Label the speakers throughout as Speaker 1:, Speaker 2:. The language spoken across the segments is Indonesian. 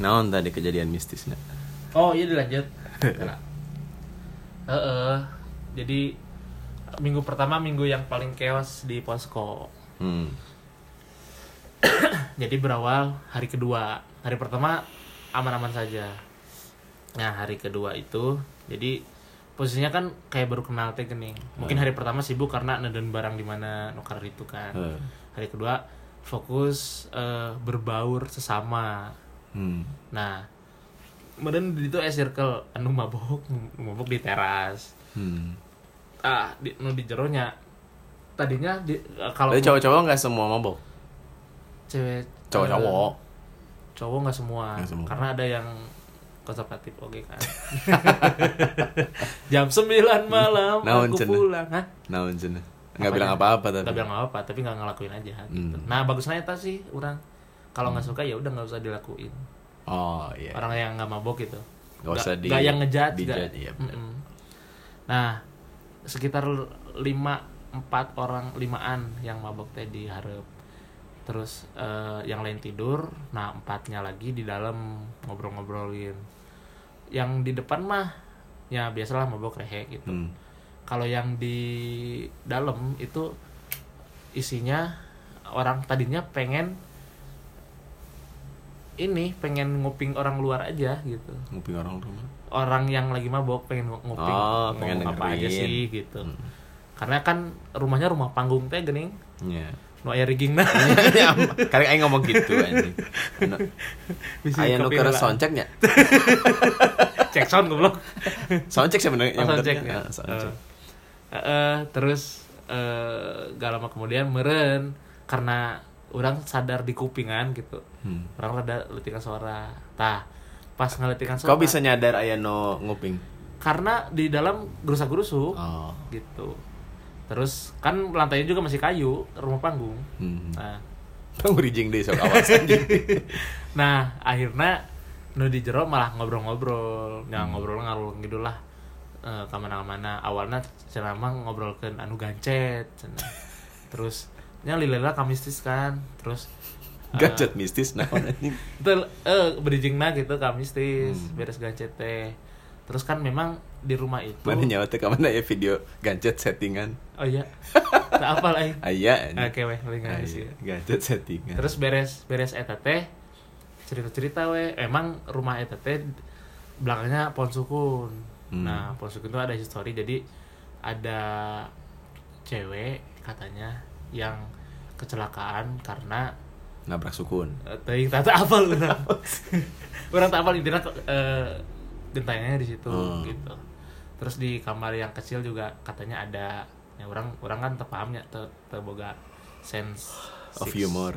Speaker 1: naon tadi kejadian mistisnya
Speaker 2: Oh iya dilanjut. Karena- Heeh. Jadi minggu pertama minggu yang paling chaos di posko.
Speaker 1: hmm.
Speaker 2: Jadi berawal hari kedua. Hari pertama aman-aman saja. Nah hari kedua itu jadi posisinya kan kayak baru kenal teh gening. Mungkin hari pertama sibuk karena neden barang di mana nukar itu kan.
Speaker 1: Eh.
Speaker 2: Hari kedua fokus eh, berbaur sesama.
Speaker 1: hmm.
Speaker 2: Nah, kemudian di itu eh, circle anu mabok, mabok di teras.
Speaker 1: hmm.
Speaker 2: Ah, di nu di jeronya. Tadinya di eh, kalau
Speaker 1: Tapi cowok-cowok nggak semua mabok
Speaker 2: cewek
Speaker 1: cowok-cowok
Speaker 2: eh, cowok nggak semua,
Speaker 1: Nggak semua.
Speaker 2: karena ada yang konservatif oke kan. Jam 9 malam
Speaker 1: Naon
Speaker 2: aku
Speaker 1: cenah?
Speaker 2: pulang, Hah?
Speaker 1: naon cenah nggak
Speaker 2: Apanya?
Speaker 1: bilang apa-apa tadi
Speaker 2: Gak bilang apa-apa, tapi ya? nggak ngelakuin aja gitu.
Speaker 1: Hmm.
Speaker 2: Nah, bagusnya eta sih orang kalau nggak suka ya udah nggak usah dilakuin.
Speaker 1: oh iya
Speaker 2: Orang yang nggak mabok gitu.
Speaker 1: nggak usah di
Speaker 2: nggak yang ngejat
Speaker 1: dijudge, iya, benar.
Speaker 2: nah sekitar lima empat orang limaan yang mabok teh di hareup terus eh, yang lain tidur nah empatnya lagi di dalam ngobrol-ngobrolin yang di depan mah ya biasalah mabok rehe gitu
Speaker 1: Hmm.
Speaker 2: kalau yang di dalam itu isinya orang tadinya pengen ini pengen nguping orang luar aja gitu
Speaker 1: nguping orang rumah
Speaker 2: orang yang lagi mabok pengen ngo- nguping
Speaker 1: Oh, pengen
Speaker 2: ngomong apa aja
Speaker 1: dengerin.
Speaker 2: sih gitu
Speaker 1: Hmm.
Speaker 2: karena kan rumahnya rumah panggung teh gening
Speaker 1: Iya.
Speaker 2: no air rigging nah
Speaker 1: Ya, Karena aing ngomong gitu anjing. No.
Speaker 2: Bisa
Speaker 1: Aya nu
Speaker 2: kopi
Speaker 1: keur
Speaker 2: lah.
Speaker 1: soundchecknya.
Speaker 2: cek sound goblok
Speaker 1: Soundcheck sebenarnya
Speaker 2: Oh,
Speaker 1: yang
Speaker 2: sound check
Speaker 1: benernya.
Speaker 2: ya.
Speaker 1: Ah, soundcheck.
Speaker 2: Eh, eh, terus eh gak lama kemudian meren karena orang sadar di kupingan gitu
Speaker 1: Hmm.
Speaker 2: orang rada letikan suara tah pas ngeletikan suara
Speaker 1: Kau bisa nyadar aya nu nguping?
Speaker 2: karena di dalam gerusak gerusuk
Speaker 1: Oh.
Speaker 2: gitu terus kan lantainya juga masih kayu rumah panggung
Speaker 1: Hmm.
Speaker 2: nah
Speaker 1: Tong rijing deui sok awas anjing.
Speaker 2: nah akhirnya nu di jero malah ngobrol-ngobrol ya
Speaker 1: Hmm.
Speaker 2: ngobrol ngalur ngidul lah Eh, ka mana-mana awalnya cenah mah ngobrolkeun anu gancet cenah. terus nya lilila kamistis kan terus Ah.
Speaker 1: Gadget mistis naon anjing.
Speaker 2: tel eh berijingna gitu kamistis
Speaker 1: Hmm.
Speaker 2: beres gancet teh terus kan memang di rumah itu
Speaker 1: Mana nyawa teh ka mana ya video gadget settingan. Ah,
Speaker 2: oh iya tak apa lah
Speaker 1: Aya anjing. Ah, iya.
Speaker 2: oke weh
Speaker 1: Aya,
Speaker 2: lingan sih
Speaker 1: Gadget settingan.
Speaker 2: Terus beres beres eta teh cerita-cerita we emang rumah eta teh belakangnya pohon sukun.
Speaker 1: Hmm.
Speaker 2: Nah, pohon sukun itu ada history jadi ada cewek katanya yang kecelakaan karena
Speaker 1: nabrak sukun.
Speaker 2: eh, teuing tak tak apal urang. Urang tak apal intinya eh, gentayangnya di situ
Speaker 1: Hmm.
Speaker 2: gitu. Terus di kamar yang kecil juga katanya ada ya orang orang kan terpahamnya ter, terboga sense
Speaker 1: Of
Speaker 2: six-
Speaker 1: humor.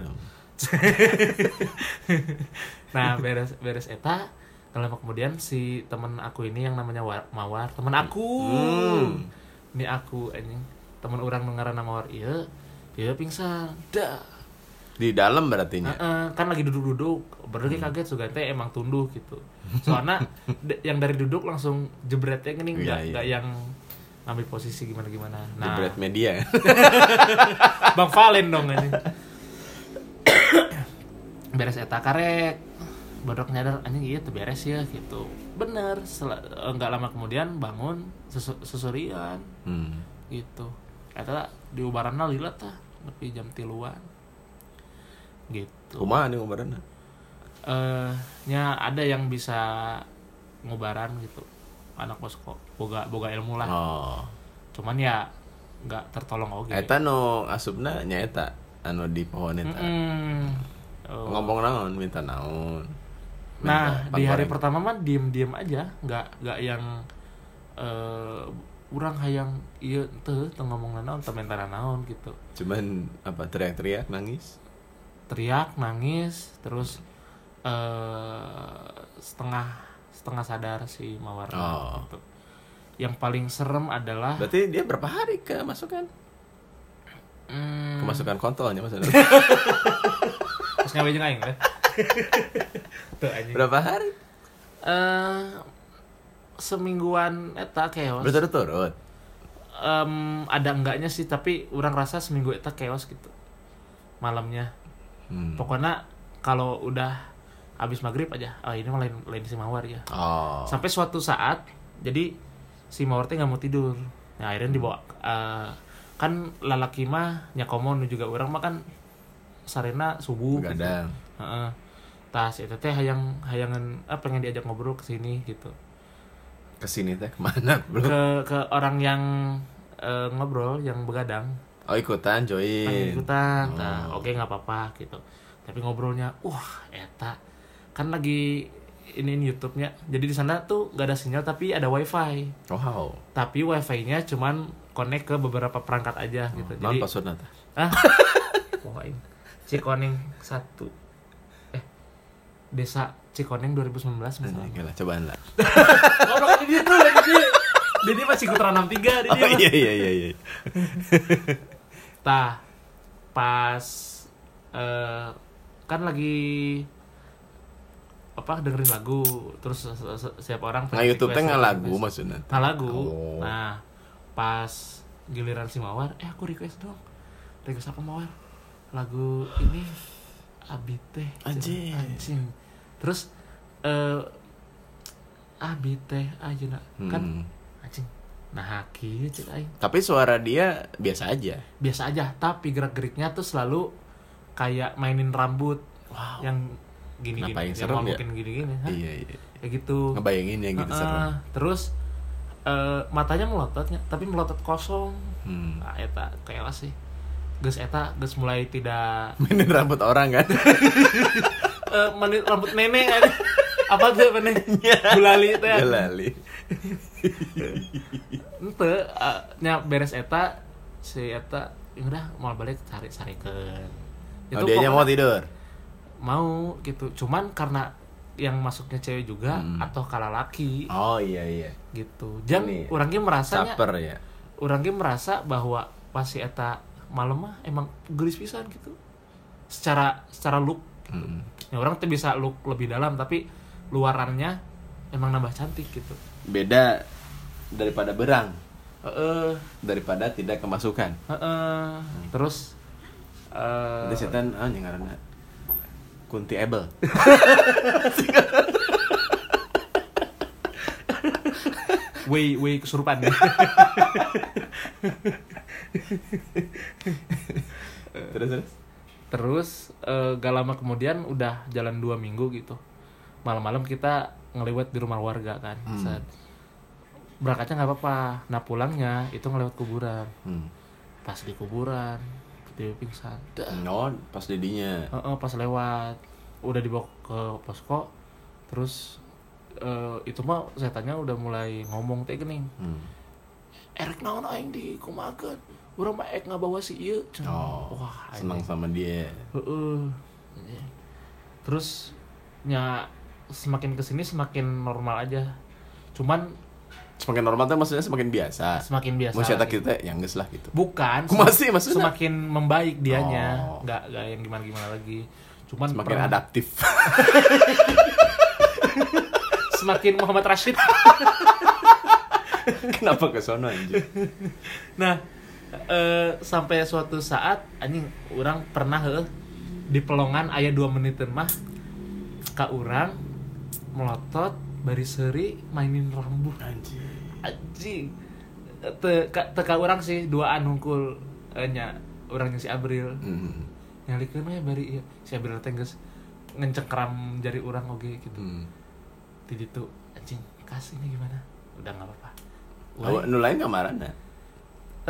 Speaker 2: nah beres beres eta kalau lama kemudian si temen aku ini yang namanya War- mawar temen aku
Speaker 1: Hmm.
Speaker 2: ini aku anjing temen orang dengaran nama mawar iya iya pingsan dah
Speaker 1: Di dalam berarti nya.
Speaker 2: Heeh, kan lagi duduk-duduk
Speaker 1: Hmm.
Speaker 2: berarti kaget sugan teh emang tunduh gitu soalnya d- yang dari duduk langsung jebretnya
Speaker 1: Iya,
Speaker 2: gini nggak
Speaker 1: iya.
Speaker 2: nggak yang ngambil posisi gimana gimana
Speaker 1: Di
Speaker 2: nah
Speaker 1: Bread Media.
Speaker 2: Bang Valen dong ini. beres eta karek. Bodok nyadar anjing iya teu beres ya gitu. Bener, sel- enggak lama kemudian bangun sesu- susurian
Speaker 1: Hmm.
Speaker 2: gitu. Eta diubaranna lila tah nepi jam tiluan. Gitu.
Speaker 1: Kumaha nih umurna?
Speaker 2: Eh, nya ada yang bisa ngubaran gitu. Anak posko boga boga ilmu lah.
Speaker 1: Oh.
Speaker 2: Cuman ya nggak tertolong oge.
Speaker 1: Eta no asupna nyaeta anu di pohon eta.
Speaker 2: Mm-mm. Oh.
Speaker 1: Ngomong naon minta naon.
Speaker 2: Nah
Speaker 1: Minta
Speaker 2: di
Speaker 1: pangoreng.
Speaker 2: hari pertama mah diem diem aja, nggak nggak yang eh urang hayang iya teh teu ngomong naon teu mentara naon gitu.
Speaker 1: cuman apa teriak-teriak nangis.
Speaker 2: Teriak, nangis, terus eh setengah setengah sadar si Mawar
Speaker 1: Oh.
Speaker 2: gitu. Yang paling serem adalah
Speaker 1: Berarti dia berapa hari kemasukan?
Speaker 2: hmm,
Speaker 1: Kemasukan kontolnya maksudnya.
Speaker 2: terus ngawe jeung aing weh. Teu anjing.
Speaker 1: berapa hari?
Speaker 2: Eh, semingguan eta keos.
Speaker 1: Berturut-turut.
Speaker 2: Em, ada enggaknya sih tapi orang rasa seminggu itu chaos gitu malamnya
Speaker 1: Hmm.
Speaker 2: pokoknya kalau udah abis maghrib aja oh ini mah lain lain si mawar ya
Speaker 1: Oh.
Speaker 2: sampai suatu saat jadi si mawar teh nggak mau tidur nah
Speaker 1: Hmm.
Speaker 2: akhirnya dibawa eh, kan lalaki mah nyakomo nu juga orang mah kan sarena subuh
Speaker 1: Begadang.
Speaker 2: Heeh. tas itu teh hayang hayangan eh, pengen diajak ngobrol ke sini gitu
Speaker 1: Kesini teh kemana? Belum.
Speaker 2: ke ke orang yang eh, ngobrol yang begadang
Speaker 1: Oh ikutan join.
Speaker 2: pengen Kan ikutan nah
Speaker 1: Oh.
Speaker 2: oke nggak apa-apa gitu tapi ngobrolnya wah eta kan lagi ini YouTube-nya jadi di sana tuh gak ada sinyal tapi ada wifi
Speaker 1: Wow.
Speaker 2: tapi wifi-nya cuman connect ke beberapa perangkat aja gitu
Speaker 1: Non
Speaker 2: jadi
Speaker 1: password nata.
Speaker 2: ah pokoknya Cikoneng satu eh desa Cikoneng 2019 misalnya
Speaker 1: Anjing lah cobaan lah.
Speaker 2: ngobrol di tuh jadi jadi masih kutra 63
Speaker 1: Oh
Speaker 2: dia
Speaker 1: iya iya iya iya.
Speaker 2: Tah pas eh, kan lagi apa dengerin lagu terus se- se- siapa orang kan,
Speaker 1: Nah YouTube teh nggak lagu maksudnya.
Speaker 2: nggak lagu
Speaker 1: Oh.
Speaker 2: nah pas giliran si mawar eh aku request dong request apa mawar lagu ini abite
Speaker 1: Anjing.
Speaker 2: anjing terus eh abite aja nak kan
Speaker 1: Hmm.
Speaker 2: anjing nah kieu cek aing
Speaker 1: Tapi suara dia biasa aja.
Speaker 2: biasa aja tapi gerak-geriknya tuh selalu kayak mainin rambut
Speaker 1: Wow.
Speaker 2: yang gini-gini
Speaker 1: Kenapa yang
Speaker 2: yang
Speaker 1: serem ya?
Speaker 2: mungkin gini-gini Hah?
Speaker 1: Iya iya.
Speaker 2: kayak gitu
Speaker 1: Ngebayangin yang gitu
Speaker 2: Heeh.
Speaker 1: serem.
Speaker 2: terus eh, matanya melototnya tapi melotot kosong
Speaker 1: Hmm.
Speaker 2: nah, eta kayak sih Gus eta geus mulai tidak
Speaker 1: Mainin rambut orang kan.
Speaker 2: eh mani- rambut nenek ada apa tuh apa nih gulali teh
Speaker 1: Ya lali.
Speaker 2: ente eh, nya beres eta si eta "Ya udah mau balik cari sarikeun
Speaker 1: Oh, dianya mau tidur.
Speaker 2: mau gitu cuman karena yang masuknya cewek juga
Speaker 1: Hmm.
Speaker 2: atau kalah laki
Speaker 1: Oh iya iya.
Speaker 2: gitu jang
Speaker 1: Ini ya,
Speaker 2: orangnya merasanya
Speaker 1: Saper ya.
Speaker 2: orangnya merasa bahwa pas si eta malam mah emang gelis pisan gitu secara secara look
Speaker 1: Hmm.
Speaker 2: ya orang tuh bisa look lebih dalam tapi luarannya emang nambah cantik gitu
Speaker 1: Beda daripada berang,
Speaker 2: Heeh,
Speaker 1: daripada tidak kemasukan.
Speaker 2: heeh. terus eh,
Speaker 1: Nanti setan ah yang ngaranna Kunti Ebel.
Speaker 2: Wei wei kesurupan.
Speaker 1: terus terus.
Speaker 2: Terus eh, gak lama kemudian udah jalan dua minggu gitu. Malam-malam kita ngelewat di rumah warga kan.
Speaker 1: Hmm.
Speaker 2: Set. Berangkatnya nggak apa-apa. Nah pulangnya itu ngelewat kuburan.
Speaker 1: Hmm.
Speaker 2: Pas di kuburan, dia pingsan.
Speaker 1: No, Oh, pas didinya.
Speaker 2: Eh, eh, pas lewat, udah dibawa ke posko. Terus eh, itu mah setannya udah mulai ngomong teh gening.
Speaker 1: Hmm.
Speaker 2: Erek naon aing di kumakeun. Urang mah ek ngabawa si ieu.
Speaker 1: Oh,
Speaker 2: Wah, anjing.
Speaker 1: senang sama dia.
Speaker 2: Heeh. Terus ya semakin kesini semakin normal aja. Cuman
Speaker 1: Semakin normal tuh maksudnya semakin biasa.
Speaker 2: semakin biasa.
Speaker 1: Mau cetak
Speaker 2: lagi.
Speaker 1: kita yang geus lah gitu.
Speaker 2: Bukan.
Speaker 1: Kumaha sih maksudnya?
Speaker 2: Semakin membaik dianya,
Speaker 1: Oh.
Speaker 2: nggak nggak yang gimana gimana lagi. Cuman
Speaker 1: Semakin
Speaker 2: per-
Speaker 1: adaptif.
Speaker 2: Semakin Muhammad Rashid.
Speaker 1: Kenapa ke sono anjing?
Speaker 2: nah eh, sampai suatu saat anjing orang pernah heuh, di pelongan ayah dua menit mah ka orang melotot bari seuri mainin rambut
Speaker 1: Anjing.
Speaker 2: anjing teka teka orang sih dua hungkul eh, nya orangnya si Abril
Speaker 1: Hmm.
Speaker 2: nyalikeun we ya bari ieu. si Abril teh geus ngencengkram jari orang oge gitu
Speaker 1: Hmm.
Speaker 2: di ditu anjing kasihnya gimana udah nggak apa-apa
Speaker 1: Awa,
Speaker 2: Ulah,
Speaker 1: Nu lain kamarana.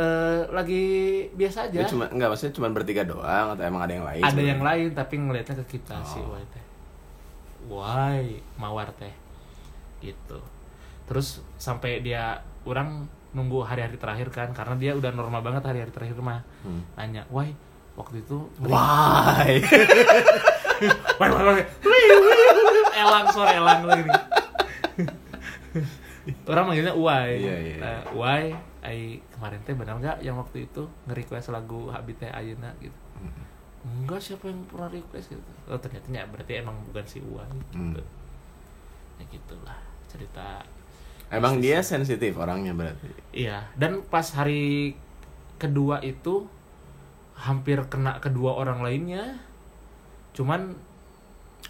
Speaker 2: eh, lagi biasa aja
Speaker 1: Ya. Cuma enggak maksudnya cuma bertiga doang atau emang ada yang lain?
Speaker 2: ada
Speaker 1: Cuma-
Speaker 2: yang lain tapi ngelihatnya ke kita sih
Speaker 1: Oh.
Speaker 2: wai teh wai mawar teh gitu terus sampai dia orang nunggu hari-hari terakhir kan karena dia udah normal banget hari-hari terakhir mah
Speaker 1: Hmm.
Speaker 2: nanya wai waktu itu
Speaker 1: Why?
Speaker 2: wai wai wai elang sore elang lagi orang manggilnya wai
Speaker 1: Iya, iya,
Speaker 2: Nah, wai ai kemarin teh benar nggak yang waktu itu nge-request lagu habit teh ayeuna gitu enggak siapa yang pernah request gitu oh ternyata ya berarti emang bukan si Uwan gitu
Speaker 1: Mm.
Speaker 2: ya gitulah cerita
Speaker 1: Emang dia sensitif orangnya berarti.
Speaker 2: iya dan pas hari kedua itu hampir kena kedua orang lainnya cuman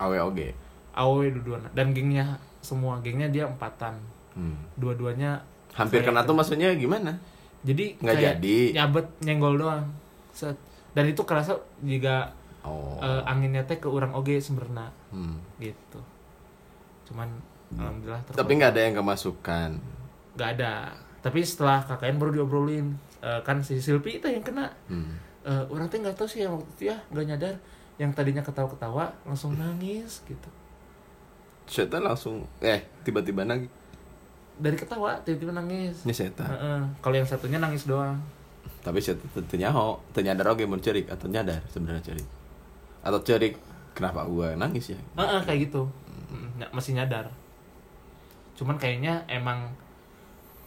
Speaker 1: Awe oge.
Speaker 2: awe dua E dan gengnya semua gengnya dia empatan
Speaker 1: Hmm.
Speaker 2: dua-duanya
Speaker 1: Hampir
Speaker 2: Kayak
Speaker 1: kena tuh maksudnya gimana?
Speaker 2: jadi
Speaker 1: Nggak
Speaker 2: kayak ya.
Speaker 1: jadi.
Speaker 2: nyabet nyenggol doang Set. dan itu kerasa jika
Speaker 1: Oh.
Speaker 2: eh, anginnya teh ke orang oge sebenarnya
Speaker 1: Hmm.
Speaker 2: gitu cuman alhamdulillah
Speaker 1: Tapi nggak ada yang kemasukan.
Speaker 2: nggak ada tapi setelah KKN baru diobrolin Eh, kan si Silpi itu yang kena
Speaker 1: Hmm.
Speaker 2: Eh, orang teh nggak tahu sih yang waktu itu ya nggak nyadar yang tadinya ketawa-ketawa langsung nangis gitu
Speaker 1: Setan langsung eh tiba-tiba nangis.
Speaker 2: dari ketawa tiba-tiba nangis
Speaker 1: Ini setan.
Speaker 2: Heeh. kalau yang satunya nangis doang
Speaker 1: Tapi setan tentunya ho, ternyadar oke mun cerik atau nyadar sebenarnya cerik. Atau cerik kenapa gua nangis ya?
Speaker 2: Heeh, kayak gitu Mm, nggak- masih nyadar cuman kayaknya emang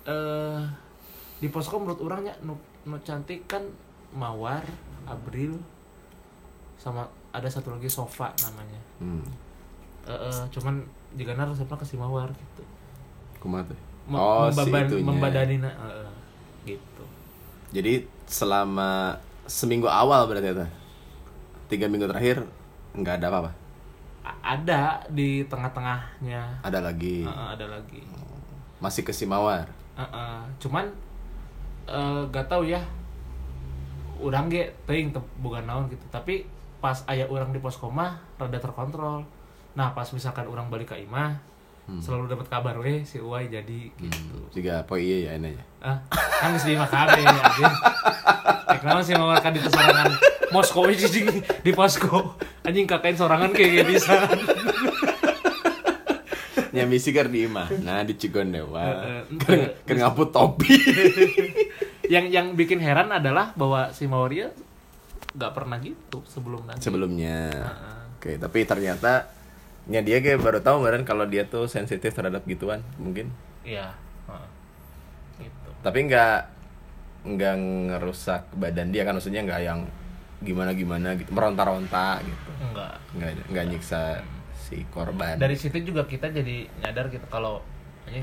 Speaker 2: eh di posko menurut orangnya nu, nu cantik kan mawar abril sama ada satu lagi sofa namanya
Speaker 1: Hmm.
Speaker 2: Eh, eh, cuman jika resepnya ke si mawar gitu
Speaker 1: Kumaha tuh?
Speaker 2: Mem-
Speaker 1: Oh, si
Speaker 2: membaban-
Speaker 1: itunya.
Speaker 2: membadani na- eh, eh, gitu
Speaker 1: Jadi selama seminggu awal berarti itu. Tiga minggu terakhir nggak ada apa-apa.
Speaker 2: A- ada di tengah-tengahnya
Speaker 1: Ada lagi.
Speaker 2: Eh, eh, ada lagi
Speaker 1: Masih ke Simawar.
Speaker 2: Heeh, cuman eh, gak tahu ya orang ge teuing teu- bukan naon gitu tapi pas ayah orang di posko mah rada terkontrol nah pas misalkan orang balik ke imah selalu dapat kabar weh si uai jadi gitu
Speaker 1: Juga poe iya ya ini ya.
Speaker 2: ah kan geus di imah kabeh anjing Rek naon sih mawar kan di sorangan Moskow we jijik di posko anjing kakain sorangan kayak gini bisa
Speaker 1: Nyambi sigar di imah. Nah, di Cigondewa.
Speaker 2: Heeh.
Speaker 1: Keur- keur ngaput topi.
Speaker 2: yang yang bikin heran adalah bahwa si mawar ieu nggak pernah gitu sebelum nanti
Speaker 1: Sebelumnya. Oke, tapi ternyata nya dia kayak baru tahu kemarin kalau dia tuh sensitif terhadap gituan mungkin.
Speaker 2: Iya. heeh. Gitu.
Speaker 1: Tapi nggak nggak ngerusak badan dia kan maksudnya nggak yang gimana gimana gitu meronta-ronta gitu.
Speaker 2: Enggak.
Speaker 1: nggak nggak nyiksa si korban
Speaker 2: Dari situ juga kita jadi nyadar gitu kalau anjing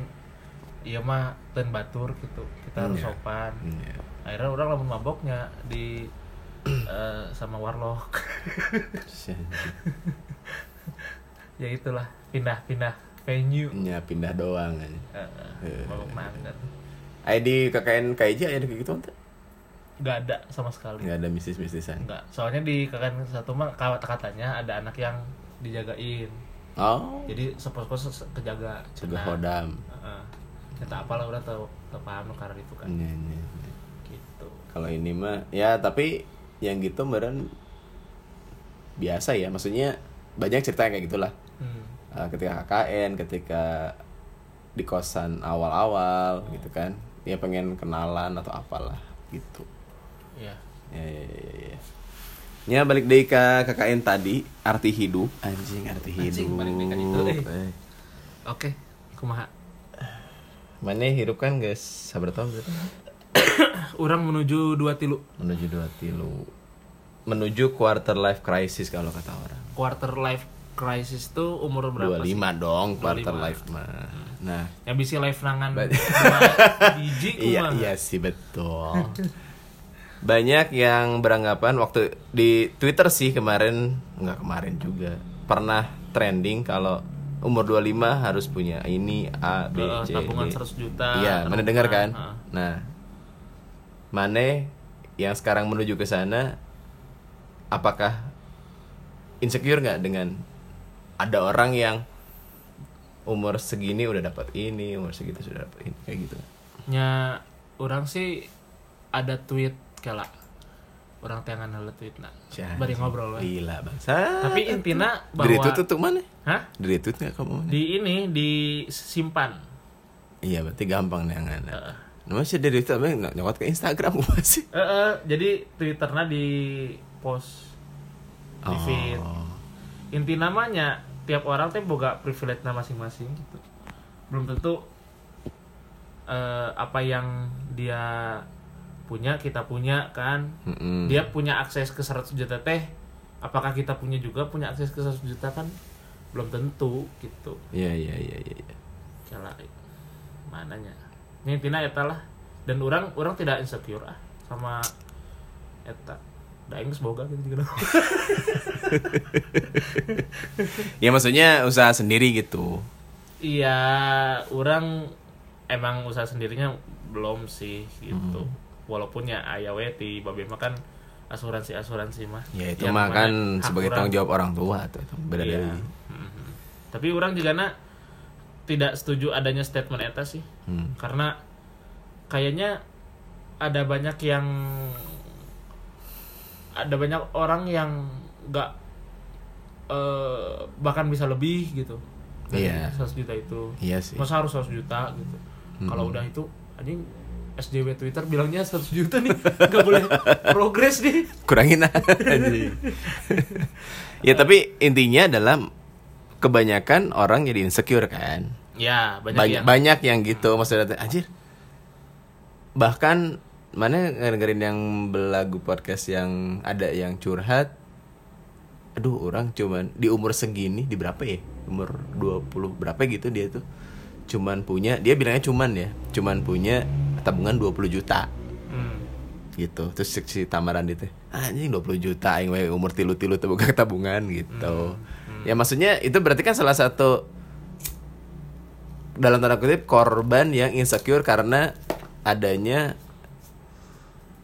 Speaker 2: iya mah ten batur gitu. Kita harus
Speaker 1: Iya.
Speaker 2: sopan.
Speaker 1: Hmm, ya.
Speaker 2: Akhirnya orang lamun maboknya di eh, sama warlock.
Speaker 1: Terus
Speaker 2: ya itulah pindah-pindah venue.
Speaker 1: ya, pindah doang aja
Speaker 2: Heeh.
Speaker 1: Iya.
Speaker 2: mabok mandat.
Speaker 1: ID KKN KIJ ada kayak gitu tuh
Speaker 2: Enggak ada sama sekali.
Speaker 1: nggak ada mistis-mistisan
Speaker 2: Enggak. Soalnya di kakak satu mah kata-katanya ada anak yang dijagain.
Speaker 1: oh
Speaker 2: Jadi sepos-pos kejaga.
Speaker 1: sudah
Speaker 2: Cenah.
Speaker 1: hodam
Speaker 2: Heeh. Eta apalah udah tau tau paham nu karena itu kan
Speaker 1: Iya, iya, iya.
Speaker 2: gitu.
Speaker 1: kalau ini mah ya tapi yang gitu meren biasa ya maksudnya banyak cerita yang kayak gitulah
Speaker 2: Hmm.
Speaker 1: Eh, ketika KKN ketika di kosan awal-awal gitu kan ya pengen kenalan atau apalah gitu
Speaker 2: Iya.
Speaker 1: Ya, ya, ya, ya. Ya, balik deh ke KKN tadi, arti hidup. Anjing, arti
Speaker 2: Anjing,
Speaker 1: hidup.
Speaker 2: balik deh ke itu, eh. Oke, kumaha.
Speaker 1: Mana hidup kan guys, sabar tahun berapa?
Speaker 2: Orang menuju dua tilu
Speaker 1: Menuju dua tilu. Menuju quarter life crisis kalau kata orang.
Speaker 2: quarter life crisis tuh umur berapa sih?
Speaker 1: 25 dong quarter
Speaker 2: 25.
Speaker 1: life mah. Nah,
Speaker 2: Ya bisa life nangan
Speaker 1: Ba-
Speaker 2: dua biji
Speaker 1: iya
Speaker 2: kumaha.
Speaker 1: iya sih betul. Banyak yang beranggapan waktu di Twitter sih kemarin, nggak kemarin juga. Pernah trending kalau umur 25 harus punya ini A B
Speaker 2: Eh,
Speaker 1: C
Speaker 2: tabungan
Speaker 1: D.
Speaker 2: 100 juta.
Speaker 1: Iya, mana
Speaker 2: tabungan,
Speaker 1: dengar kan?
Speaker 2: heeh.
Speaker 1: Nah, Mane yang sekarang menuju ke sana, apakah insecure nggak dengan ada orang yang umur segini udah dapat ini, umur segitu sudah dapat ini, kayak gitu.
Speaker 2: Nya orang sih ada tweet kala. Orang teh nganal tweet nah.
Speaker 1: Cah,
Speaker 2: Bari ngobrol we.
Speaker 1: Gila bangsa.
Speaker 2: Tapi intina
Speaker 1: Dari itu
Speaker 2: bahwa
Speaker 1: tuh mana?
Speaker 2: Hah?
Speaker 1: Dari itu nggak kamu Mane?
Speaker 2: Di ini disimpan.
Speaker 1: Iya, berarti gampang nih angana.
Speaker 2: Heeh.
Speaker 1: Namanya sih dari itu apa? Nyokot ke Instagram gue sih.
Speaker 2: Eh, eh, jadi twitternya di post di feed.
Speaker 1: Oh,
Speaker 2: Inti namanya tiap orang teh boga privilege masing-masing gitu. Belum tentu eh, apa yang dia punya kita punya kan.
Speaker 1: Mm-mm.
Speaker 2: Dia punya akses ke 100 juta teh. Apakah kita punya juga punya akses ke 100 juta kan? Belum tentu gitu.
Speaker 1: Iya, iya, iya, iya. iya.
Speaker 2: Kala mananya. Ini intina eta lah. Dan orang orang tidak insecure ah sama eta. Da aing geus boga gitu juga.
Speaker 1: ya maksudnya usaha sendiri gitu
Speaker 2: Iya, orang emang usaha sendirinya belum sih gitu.
Speaker 1: Hmm.
Speaker 2: Walaupun ya aya we ti babe mah kan asuransi-asuransi mah.
Speaker 1: ya itu
Speaker 2: Yang
Speaker 1: mah
Speaker 2: mana
Speaker 1: kan
Speaker 2: hak
Speaker 1: sebagai
Speaker 2: urang.
Speaker 1: tanggung jawab orang tua tuh itu beda
Speaker 2: Iya.
Speaker 1: dari
Speaker 2: Mhm. Tapi orang juga na tidak setuju adanya statement eta sih.
Speaker 1: Hmm.
Speaker 2: Karena kayaknya ada banyak yang ada banyak orang yang nggak eh, bahkan bisa lebih gitu. dari
Speaker 1: Iya.
Speaker 2: 100 juta itu.
Speaker 1: iya sih
Speaker 2: Masa harus 100 juta gitu. Kalau udah itu anjing SJW Twitter bilangnya 100 juta nih nggak boleh progres nih.
Speaker 1: kurangin aja ya tapi intinya adalah kebanyakan orang jadi insecure kan
Speaker 2: Ya, banyak,
Speaker 1: banyak
Speaker 2: yang
Speaker 1: banyak yang gitu maksudnya teh, anjir bahkan mana ngedengerin yang belagu podcast yang ada yang curhat aduh orang cuman di umur segini di berapa ya umur 20 berapa gitu dia tuh cuman punya dia bilangnya cuman ya cuman punya tabungan 20 juta
Speaker 2: Hmm.
Speaker 1: gitu terus si, si Tamaran itu anjing 20 juta aing we umur tilu-tilu teu boga tabungan
Speaker 2: Hmm,
Speaker 1: gitu ya maksudnya itu berarti kan salah satu dalam tanda kutip korban yang insecure karena adanya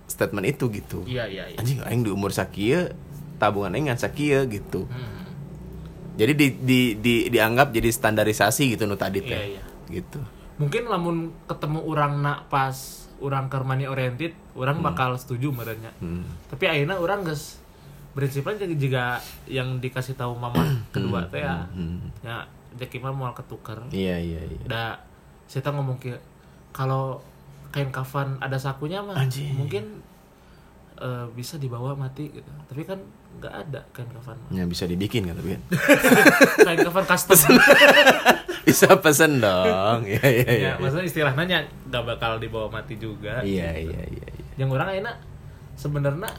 Speaker 1: statement itu gitu
Speaker 2: Iya, iya, iya.
Speaker 1: anjing aing di umur sakieu tabungan aing ngan sakieu gitu
Speaker 2: Hmm.
Speaker 1: jadi di, di, di- dianggap jadi standarisasi gitu nu tadi teh
Speaker 2: Iya, iya.
Speaker 1: gitu
Speaker 2: mungkin lamun ketemu orang nak pas orang ke money oriented orang
Speaker 1: Hmm.
Speaker 2: bakal setuju merenya tapi akhirnya orang guys prinsipnya juga- juga yang dikasih tahu
Speaker 1: Hmm.
Speaker 2: mama kedua teh ya ya jadi mah mau ketukar
Speaker 1: iya iya iya
Speaker 2: da saya ngomong ke kalau kain kafan ada sakunya mah
Speaker 1: Anjing.
Speaker 2: mungkin eh, bisa dibawa mati gitu tapi kan nggak ada kain kafan mah.
Speaker 1: yang bisa dibikin kan tapi kan
Speaker 2: kain kafan custom
Speaker 1: bisa pesen dong iya iya iya
Speaker 2: ya maksudnya istilahnya nggak bakal dibawa mati juga
Speaker 1: Iya iya iya. iya.
Speaker 2: yang orang enak sebenarnya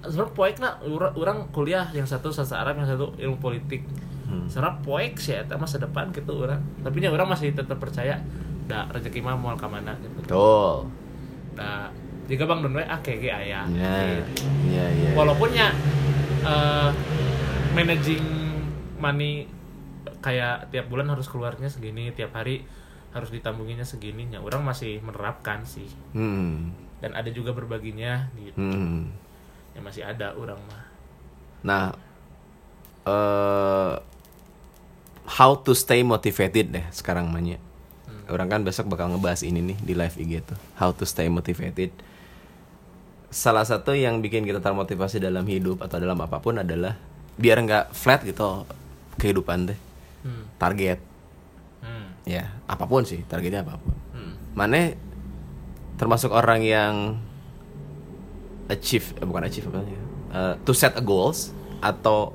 Speaker 2: sebenarnya poek na ura- orang kuliah yang satu sastra Arab yang satu ilmu politik
Speaker 1: Hmm.
Speaker 2: sebenarnya poek sih eta masa depan gitu orang tapi nya orang masih tetap percaya da rezeki mah moal ka mana gitu
Speaker 1: Betul.
Speaker 2: da jika bang Don we ah kayak ge aya
Speaker 1: Iya.
Speaker 2: Gitu.
Speaker 1: Iya iya.
Speaker 2: walaupun ya eh, managing money kayak tiap bulan harus keluarnya segini tiap hari harus ditambunginya segininya orang masih menerapkan sih
Speaker 1: Hmm.
Speaker 2: dan ada juga berbaginya gitu
Speaker 1: Hmm.
Speaker 2: ya masih ada orang mah
Speaker 1: Nah, eh how to stay motivated deh sekarang banyak. Orang kan besok bakal ngebahas ini nih di live IG tuh. How to stay motivated. Salah satu yang bikin kita termotivasi dalam hidup atau dalam apapun adalah biar nggak flat gitu kehidupan deh.
Speaker 2: hmm.
Speaker 1: Target
Speaker 2: Hmm.
Speaker 1: ya apapun sih targetnya apapun.
Speaker 2: Hmm.
Speaker 1: Mane termasuk orang yang achieve eh, bukan achieve apa namanya, eh, to set a goals atau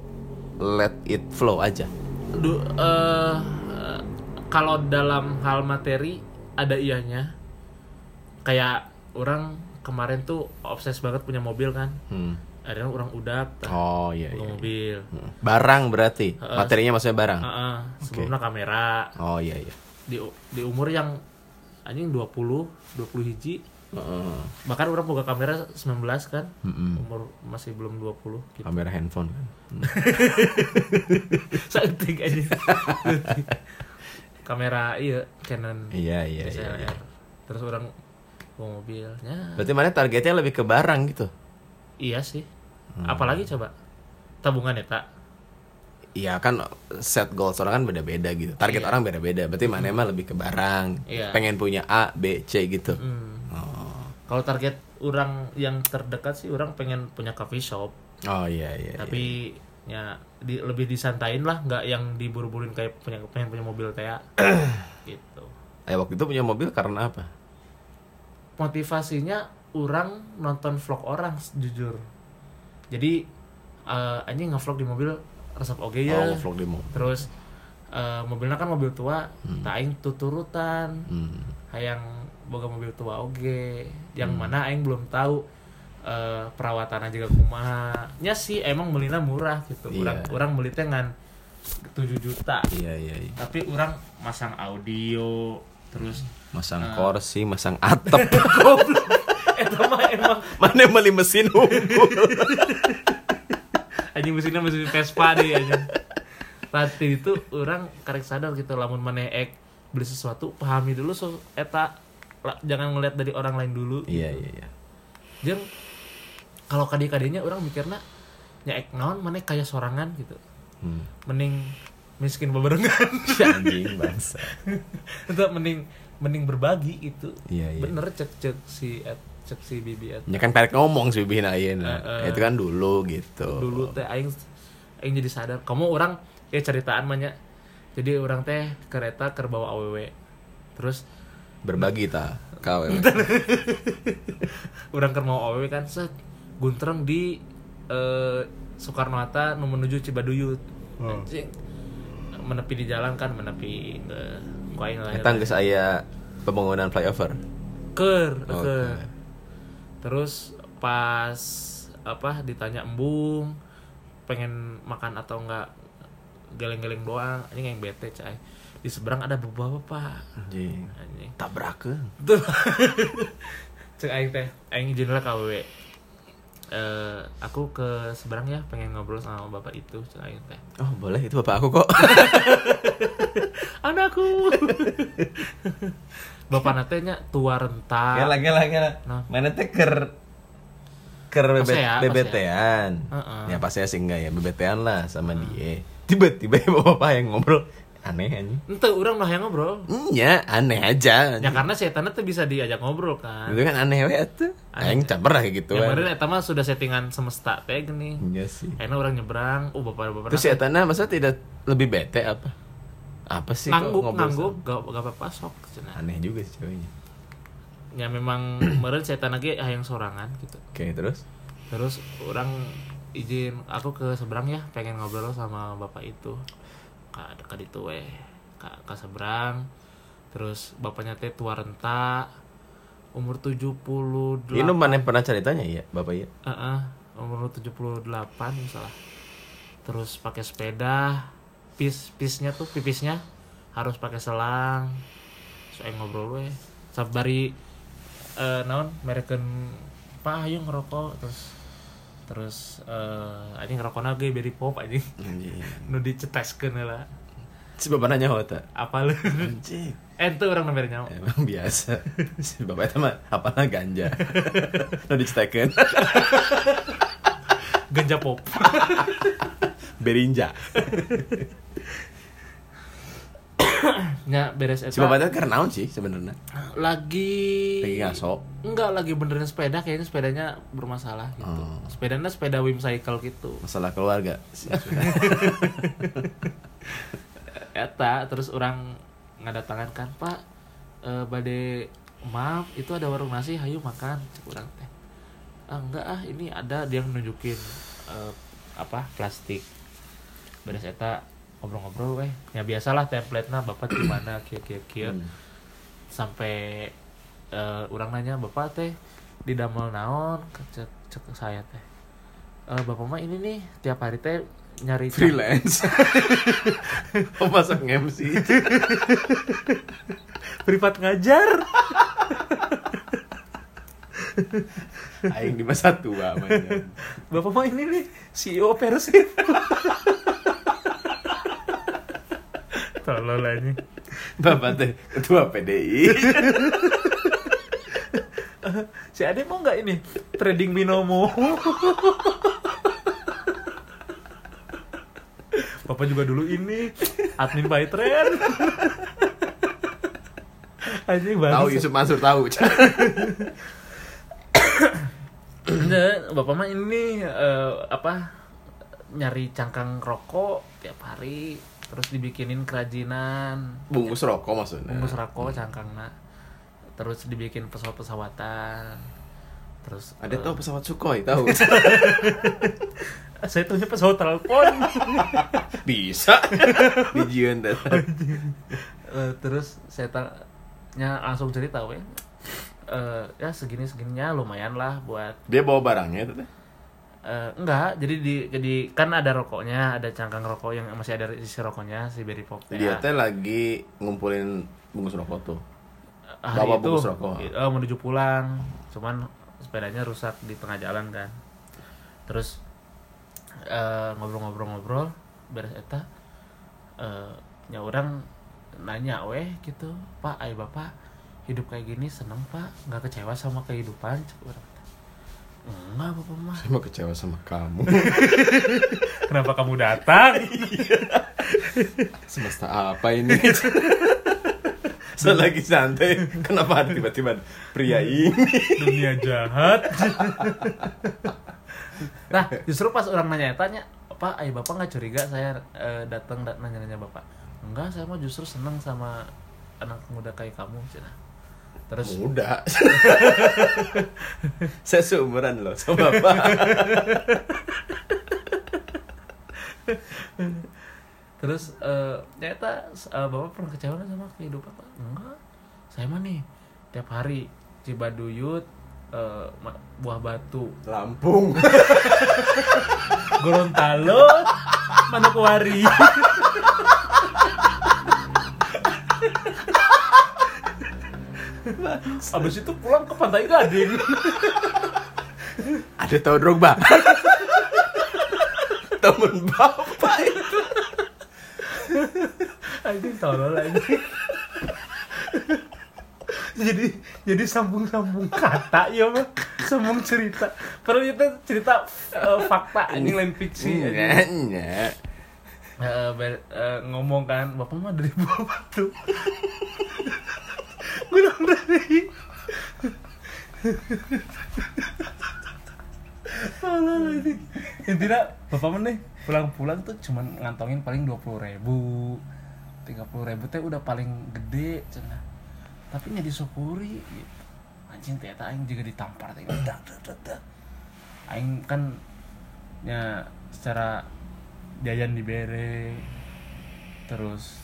Speaker 1: let it flow aja.
Speaker 2: Du- eh, eh, kalau dalam hal materi ada ianya kayak orang kemarin tuh obses banget punya mobil kan
Speaker 1: Hmm.
Speaker 2: akhirnya orang udah
Speaker 1: Oh iya iya.
Speaker 2: mobil
Speaker 1: Hmm. Barang berarti materinya maksudnya barang.
Speaker 2: Heeh, sebelumnya kamera
Speaker 1: Oh iya iya.
Speaker 2: di di umur yang anjing 20 20 hiji
Speaker 1: Heeh.
Speaker 2: bahkan orang buka kamera 19 kan
Speaker 1: Mm-mm.
Speaker 2: umur masih belum 20 gitu
Speaker 1: Kamera handphone kan. Hmm.
Speaker 2: Saeutik aja. Kamera iya Canon.
Speaker 1: Iya iya iya.
Speaker 2: DSLR.
Speaker 1: iya.
Speaker 2: Terus orang bawa mobilnya.
Speaker 1: Berarti mana targetnya lebih ke barang gitu.
Speaker 2: Iya sih.
Speaker 1: Hmm.
Speaker 2: Apalagi coba tabungan ya tak.
Speaker 1: Iya kan set goals orang kan beda-beda gitu. Target orang beda-beda. Berarti mana emang lebih ke barang.
Speaker 2: Iya.
Speaker 1: Pengen punya A, B, C gitu.
Speaker 2: Hmm.
Speaker 1: Oh.
Speaker 2: Kalau target orang yang terdekat sih orang pengen punya coffee shop,
Speaker 1: Oh iya iya.
Speaker 2: tapi ya di, lebih disantain lah, nggak yang diburu-buruin kayak punya pengen punya mobil kayak gitu.
Speaker 1: Eh waktu itu punya mobil karena apa?
Speaker 2: motivasinya orang nonton vlog orang jujur jadi eh, anjing ngevlog di mobil resep oge ya
Speaker 1: Oh, vlog demo.
Speaker 2: terus eh, mobilnya kan mobil tua tak aing tuturutan
Speaker 1: Hmm.
Speaker 2: hayang boga mobil tua oge yang mana aing belum tahu eh, perawatannya juga kumaha nya sih emang belinya murah gitu
Speaker 1: Iya.
Speaker 2: orang orang beli teh ngan 7 juta
Speaker 1: Iya iya. iya.
Speaker 2: tapi orang masang audio terus
Speaker 1: Masang kursi, masang atap.
Speaker 2: Goblok. Eh, Eta mah emang
Speaker 1: Mana beli mesin unggul.
Speaker 2: anjing mesinnya mesin Vespa deh anjing. Tapi itu orang karek sadar gitu lamun maneh ek beli sesuatu pahami dulu so eta la- jangan ngeliat dari orang lain dulu.
Speaker 1: Iya iya iya.
Speaker 2: Jeung kalau kadek-kadeknya orang mikirna nya ek naon maneh kayak sorangan gitu.
Speaker 1: Hmm.
Speaker 2: Mending miskin bebarengan.
Speaker 1: Si Anjing bangsa.
Speaker 2: Entah mending mending berbagi itu.
Speaker 1: Iya iya.
Speaker 2: Bener cek cek si et, cek si bibi et.
Speaker 1: Ya kan parek ngomong sih bibihin ayeuna.
Speaker 2: Eh, eh.
Speaker 1: Itu kan dulu gitu.
Speaker 2: dulu teh aing aing jadi sadar kamu orang ya ceritaan mah nya. jadi orang teh kereta kerbawa aww terus
Speaker 1: Berbagi ta kau. ya.
Speaker 2: orang ker mau aww kan set guntreng di eh, Soekarno Hatta nu menuju Cibaduyut Anjing. menepi di jalan kan menepi ke kuain lah
Speaker 1: Eta geus aya pembangunan flyover.
Speaker 2: ker eh,
Speaker 1: Oke.
Speaker 2: ker. terus pas apa ditanya embung pengen makan atau enggak geleng-geleng doang ini yang bete cai di seberang ada beberapa pak
Speaker 1: Anjing.
Speaker 2: anjing
Speaker 1: Tabrakeun.
Speaker 2: tuh cek aing teh aing izin lah KW eh aku ke seberang ya pengen ngobrol sama bapak itu cek aing teh
Speaker 1: Oh, boleh itu bapak aku kok.
Speaker 2: anakku bapak natenya tua renta
Speaker 1: Gela gela gela.
Speaker 2: Nah.
Speaker 1: Mana teh ker ker bebet,
Speaker 2: Pasea,
Speaker 1: bebetean.
Speaker 2: ya? Heeh.
Speaker 1: Ya pas saya sih enggak ya bebetean lah sama dia. Tiba-tiba bapak yang ngobrol aneh anjing.
Speaker 2: ente orang mah yang ngobrol
Speaker 1: Iya, aneh aja.
Speaker 2: Ya karena setannya tuh bisa diajak ngobrol kan.
Speaker 1: Itu kan aneh we tuh. Aing caper lah kayak gitu.
Speaker 2: Yang kemarin
Speaker 1: kan.
Speaker 2: eta mah sudah settingan semesta teh gini.
Speaker 1: Iya sih.
Speaker 2: Akhirnya orang nyebrang, uh bapak-bapak
Speaker 1: Terus si Etana masa tidak lebih bete apa? Apa sih kok
Speaker 2: ngangguk
Speaker 1: ngobrol
Speaker 2: ngangguk gak, gak apa-apa sok
Speaker 1: sama-
Speaker 2: cenah.
Speaker 1: Aneh juga sih ceweknya.
Speaker 2: Ya memang meren setan lagi hayang sorangan gitu.
Speaker 1: Oke, terus
Speaker 2: Terus orang izin aku ke seberang ya pengen ngobrol sama bapak itu. Kak dekat itu weh. Kak ke seberang. Terus bapaknya teh tua renta umur 78
Speaker 1: ini lu mana yang pernah ceritanya ya, Bapak ya?
Speaker 2: Heeh, umur 78 misalnya. Terus pakai sepeda, pis pisnya tuh pipisnya harus pakai selang. Saya ngobrol we. Sabari eh naon mereken Pak ayo ngerokok terus terus eh anjing ngerokokna ge beri pop anjing nu diceteskeun lah.
Speaker 1: Si Bapak nanya hota.
Speaker 2: Apa lu?
Speaker 1: Anjing.
Speaker 2: Ente orang nomor nyawa.
Speaker 1: Emang biasa. Si Bapak itu mah apalah ganja. Lu dicetakeun.
Speaker 2: Ganja pop.
Speaker 1: Berinja.
Speaker 2: Nya beres
Speaker 1: Si
Speaker 2: eta.
Speaker 1: Bapak itu karena naon sih sebenarnya?
Speaker 2: Lagi
Speaker 1: Lagi ngaso.
Speaker 2: Enggak lagi benerin sepeda kayaknya sepedanya bermasalah gitu.
Speaker 1: Oh.
Speaker 2: Sepedanya sepeda Wim Cycle gitu.
Speaker 1: Masalah keluarga. Si-
Speaker 2: Eta terus orang ngadatangan kan Pak eh bade maaf itu ada warung nasi hayu makan cek orang teh. Ah, enggak ah ini ada dia nunjukin eh, apa plastik. Beres eta ngobrol-ngobrol weh. Ya biasalah template-na Bapak gimana kieu kieu kieu. sampai eh, orang nanya bapak teh di damel naon cek cek saya teh "Eh, bapak mah ini nih tiap hari teh nyari
Speaker 1: Freelance. oh, masuk MC.
Speaker 2: privat ngajar
Speaker 1: Aing di masa tua mainnya.
Speaker 2: bapak mah ini nih E CEO Persib tolol aja
Speaker 1: Bapak teh ketua PDI.
Speaker 2: si ade mau nggak ini trading binomo Bapak juga dulu ini admin by trend. Anjing ya. banget.
Speaker 1: Tahu Yusuf Mansur tahu.
Speaker 2: Enggak, bapak mah ini eh, apa nyari cangkang rokok tiap hari terus dibikinin kerajinan
Speaker 1: Bungkus rokok maksudnya.
Speaker 2: bungkus rokok cangkangna terus dibikin pesawat-pesawatan terus
Speaker 1: Ada
Speaker 2: eh,
Speaker 1: tahu pesawat Sukhoi tahu.
Speaker 2: saya tuhnya pesawat telepon
Speaker 1: Bisa. Di Jion dah.
Speaker 2: Eh, terus saya tanya langsung cerita weh Eh, ya segini segininya lumayan lah buat
Speaker 1: Dia bawa barangnya itu teh.
Speaker 2: Eh, enggak, jadi di jadi kan ada rokoknya, ada cangkang rokok yang masih ada isi rokoknya si Berry Pop. ya." teh.
Speaker 1: Dia teh lagi ngumpulin bungkus rokok tuh.
Speaker 2: hari
Speaker 1: bawa
Speaker 2: Ah, itu
Speaker 1: bungkus rokok.
Speaker 2: eh, menuju pulang. Cuman sepedanya rusak di tengah jalan kan terus eh, ngobrol-ngobrol-ngobrol beres eta eh, nya orang nanya weh gitu pak ay bapak hidup kayak gini seneng pak nggak kecewa sama kehidupan Cek orang kata. enggak bapak mah
Speaker 1: Saya mau kecewa sama kamu.
Speaker 2: kenapa kamu datang
Speaker 1: Semesta apa ini? Saya lagi santai. Kenapa ada tiba-tiba pria ini?
Speaker 2: dunia jahat nah justru pas orang nanya tanya pak ayah bapak nggak curiga saya eh, datang dan nanya nanya bapak enggak saya mah justru seneng sama anak muda kayak kamu cina terus
Speaker 1: Muda. Saya seumuran loh sama bapak.
Speaker 2: terus eh ternyata eh, bapak pernah kecewa nggak sama kehidupan pak enggak saya mah nih tiap hari cibaduyut eh, ma- buah batu
Speaker 1: Lampung.
Speaker 2: Gorontalo Manokwari Abis itu pulang ke Pantai Gading
Speaker 1: Ada tahu Drogba. Temen bapak itu.
Speaker 2: Anjing tolol anjing jadi jadi sambung-sambung kata ya mah sambung cerita perlu itu cerita eh, fakta Hmm, ya. anjing lain fiksi anjing.
Speaker 1: Iya, iya.
Speaker 2: Eh, ber- eh, ngomong kan bapak mah dari buah batu gunung dari Alah, lagi. intinya bapak mah nih pulang-pulang tuh cuman ngantongin paling dua puluh ribu tiga ribu teh udah paling gede cenah tapi nya disyukuri gitu. anjing ternyata aing juga ditampar teh dak dak dak dak aing kan ya secara jajan dibere E, terus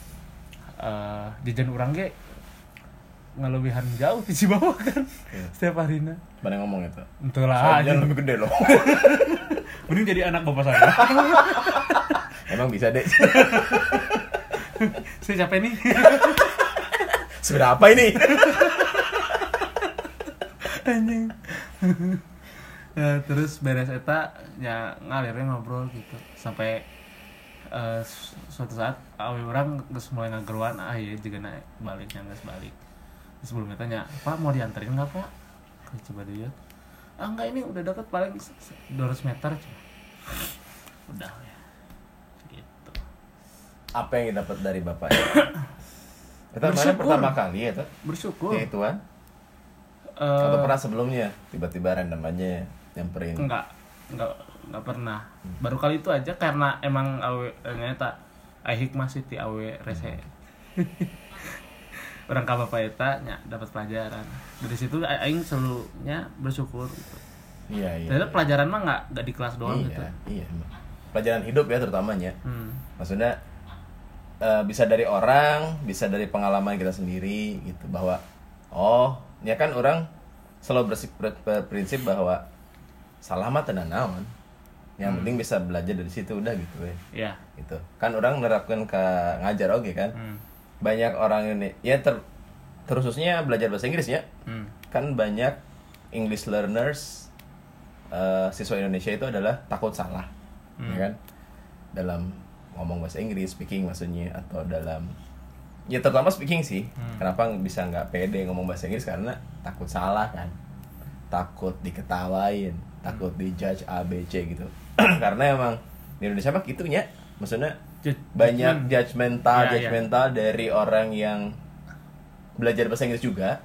Speaker 2: eh, jajan orang ge ngelebihan jauh di bawah kan setiap harinya
Speaker 1: Mana ngomong itu?
Speaker 2: entahlah
Speaker 1: Soalnya
Speaker 2: anjing.
Speaker 1: lebih gede loh.
Speaker 2: mending jadi anak bapak saya
Speaker 1: Emang bisa deh.
Speaker 2: saya capek nih
Speaker 1: Seberapa ini?
Speaker 2: anjing Nah, terus beres eta ya ngalirnya ngobrol gitu sampai eh, su- suatu saat awi orang geus mulai ngageruan ah iya juga naik baliknya geus balik Terus sebelum eta nya pak mau dianterin nggak pak Ke Cibaduyut ah enggak ini udah deket paling se- se- 200 meter cuma udah ya gitu
Speaker 1: Apa yang didapat dari bapak? Kita mana
Speaker 2: Bersyukur.
Speaker 1: pertama kali ya, tuh?
Speaker 2: bersyukur
Speaker 1: Ya itu kan?
Speaker 2: Eh,
Speaker 1: Atau pernah sebelumnya tiba-tiba random aja nyamperin.
Speaker 2: Enggak, enggak, enggak pernah. Baru kali itu aja karena emang awe ternyata ai hikmah sih ti awe rese.
Speaker 1: Hmm.
Speaker 2: Orang ka bapak eta nya dapat pelajaran. Dari situ a- aing selalunya bersyukur gitu.
Speaker 1: Iya, iya.
Speaker 2: Ternyata pelajaran mah enggak enggak di kelas doang
Speaker 1: iya,
Speaker 2: gitu.
Speaker 1: iya. emang. Pelajaran hidup ya terutamanya.
Speaker 2: Hmm.
Speaker 1: Maksudnya eh, bisa dari orang, bisa dari pengalaman kita sendiri gitu bahwa oh, ya kan orang selalu bersip- ber- berprinsip bahwa salah mah tenan naon. Yang penting bisa belajar dari situ udah gitu ya.
Speaker 2: Ya.
Speaker 1: Gitu. Kan orang menerapkan ke ngajar oke kan.
Speaker 2: Hmm.
Speaker 1: Banyak orang ini ya ter terususnya belajar bahasa Inggris ya.
Speaker 2: Hmm.
Speaker 1: kan banyak English learners eh, siswa Indonesia itu adalah takut salah, ya kan? Dalam ngomong bahasa Inggris, speaking maksudnya atau dalam ya terutama speaking sih. Kenapa bisa nggak pede ngomong bahasa Inggris karena takut salah kan? Takut diketawain, takut dijudge A B C gitu. karena emang di Indonesia mah gitu ya. Maksudnya
Speaker 2: Ju-
Speaker 1: banyak judgmental
Speaker 2: Ya, ya.
Speaker 1: judgmental dari orang yang belajar bahasa Inggris juga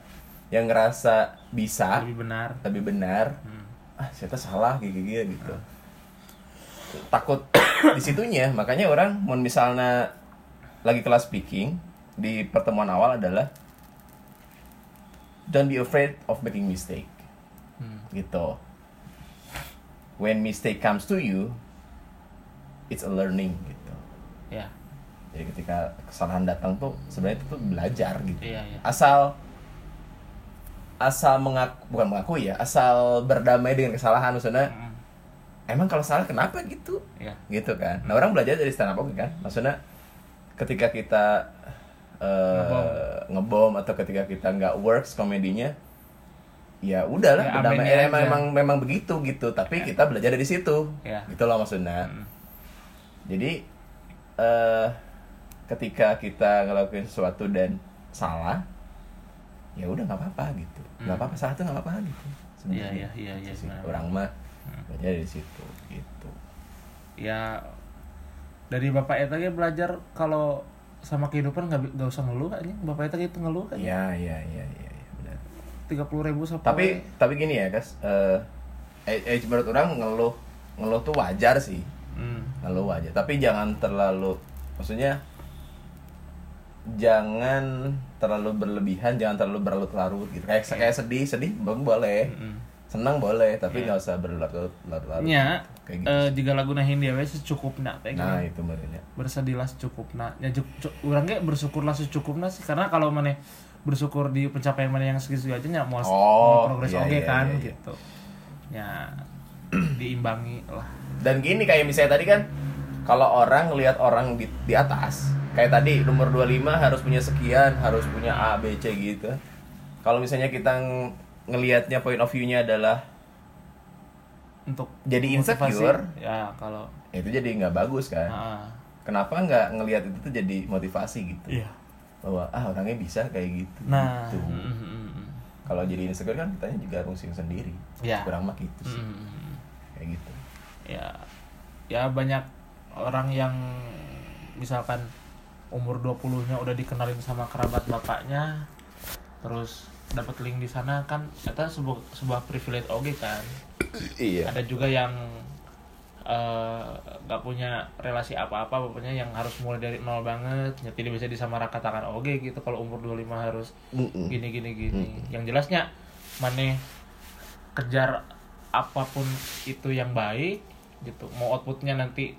Speaker 1: yang ngerasa bisa
Speaker 2: lebih benar.
Speaker 1: tapi benar
Speaker 2: Hmm.
Speaker 1: ah saya salah gigi gigi gitu takut disitunya makanya orang mau misalnya lagi kelas speaking di pertemuan awal adalah don't be afraid of making mistake
Speaker 2: Hmm.
Speaker 1: gitu when mistake comes to you it's a learning gitu
Speaker 2: Ya.
Speaker 1: jadi ketika kesalahan datang tuh sebenarnya itu tuh belajar gitu.
Speaker 2: Iya, iya.
Speaker 1: Asal asal mengaku bukan mengakui ya, asal berdamai dengan kesalahan maksudnya.
Speaker 2: Hmm.
Speaker 1: Emang kalau salah kenapa gitu?
Speaker 2: Ya.
Speaker 1: Gitu kan. Nah, orang belajar dari stand up comedy kan. Maksudnya ketika kita eh, ngebom atau ketika kita nggak works komedinya ya udahlah
Speaker 2: Ya,
Speaker 1: berdamai
Speaker 2: amennya
Speaker 1: eh, emang,
Speaker 2: aja.
Speaker 1: emang memang begitu gitu tapi kita belajar dari situ
Speaker 2: Ya.
Speaker 1: gitu loh maksudnya
Speaker 2: Mm.
Speaker 1: jadi eh ketika kita ngelakuin sesuatu dan salah ya udah nggak apa-apa gitu nggak apa-apa salah tuh nggak apa-apa gitu
Speaker 2: Iya,
Speaker 1: sebenarnya
Speaker 2: Hmm. iya, iya, iya, Hmm.
Speaker 1: Sih,
Speaker 2: benar.
Speaker 1: orang mah belajar dari situ gitu
Speaker 2: ya dari bapak Eta ge belajar kalau sama kehidupan nggak bi- nggak usah ngeluh anjing bapak Eta gitu ngeluh kan
Speaker 1: ya ya ya ya, ya benar
Speaker 2: tiga puluh ribu sampai
Speaker 1: tapi tapi gini ya guys eh eh, eh, menurut orang ngeluh ngeluh tuh wajar sih
Speaker 2: Hmm.
Speaker 1: ngeluh aja tapi jangan terlalu maksudnya jangan terlalu berlebihan jangan terlalu berlarut-larut gitu kayak kayak sedih sedih belum boleh
Speaker 2: Mm-mm.
Speaker 1: senang boleh tapi nggak usah berlarut-larut
Speaker 2: nya
Speaker 1: kayak gitu
Speaker 2: eh, jika lagu nahin dia we secukupna teh gitu.
Speaker 1: nah itu menurutnya
Speaker 2: bersedihlah secukupna ya ju- ju- urang ge bersyukurlah secukupna sih karena kalau mana bersyukur di pencapaian mana yang segitu aja nya mau
Speaker 1: Oh,
Speaker 2: progres
Speaker 1: iya,
Speaker 2: oke
Speaker 1: iya,
Speaker 2: kan
Speaker 1: iya, iya.
Speaker 2: gitu ya diimbangi lah
Speaker 1: dan gini kayak misalnya tadi kan kalau orang lihat orang di, di atas kayak tadi nomor 25 harus punya sekian harus punya A B C gitu kalau misalnya kita ng- ngelihatnya point of view-nya adalah
Speaker 2: untuk
Speaker 1: Jadi
Speaker 2: motivasi.
Speaker 1: insecure?
Speaker 2: ya kalau
Speaker 1: itu jadi nggak bagus kan
Speaker 2: ah,
Speaker 1: kenapa nggak ngelihat itu tuh jadi motivasi gitu bahwa ah orangnya bisa kayak gitu
Speaker 2: Iya. nah
Speaker 1: Gitu.
Speaker 2: mm, mm, mm, mm.
Speaker 1: kalau jadi insecure kan kitanya juga pusing sendiri
Speaker 2: Ya.
Speaker 1: kurang mah gitu sih
Speaker 2: Mm, mm, mm.
Speaker 1: kayak gitu
Speaker 2: ya ya banyak orang yang misalkan umur 20-nya udah dikenalin sama kerabat bapaknya terus dapat link di sana kan ternyata sebuah sebuah privilege oge kan
Speaker 1: iya
Speaker 2: ada juga yang eh, nggak punya relasi apa-apa pokoknya yang harus mulai dari nol banget ya tidak bisa disamaratakan oge gitu kalau umur 25 harus
Speaker 1: Mm-mm.
Speaker 2: gini gini gini yang jelasnya maneh kejar apapun itu yang baik gitu mau outputnya nanti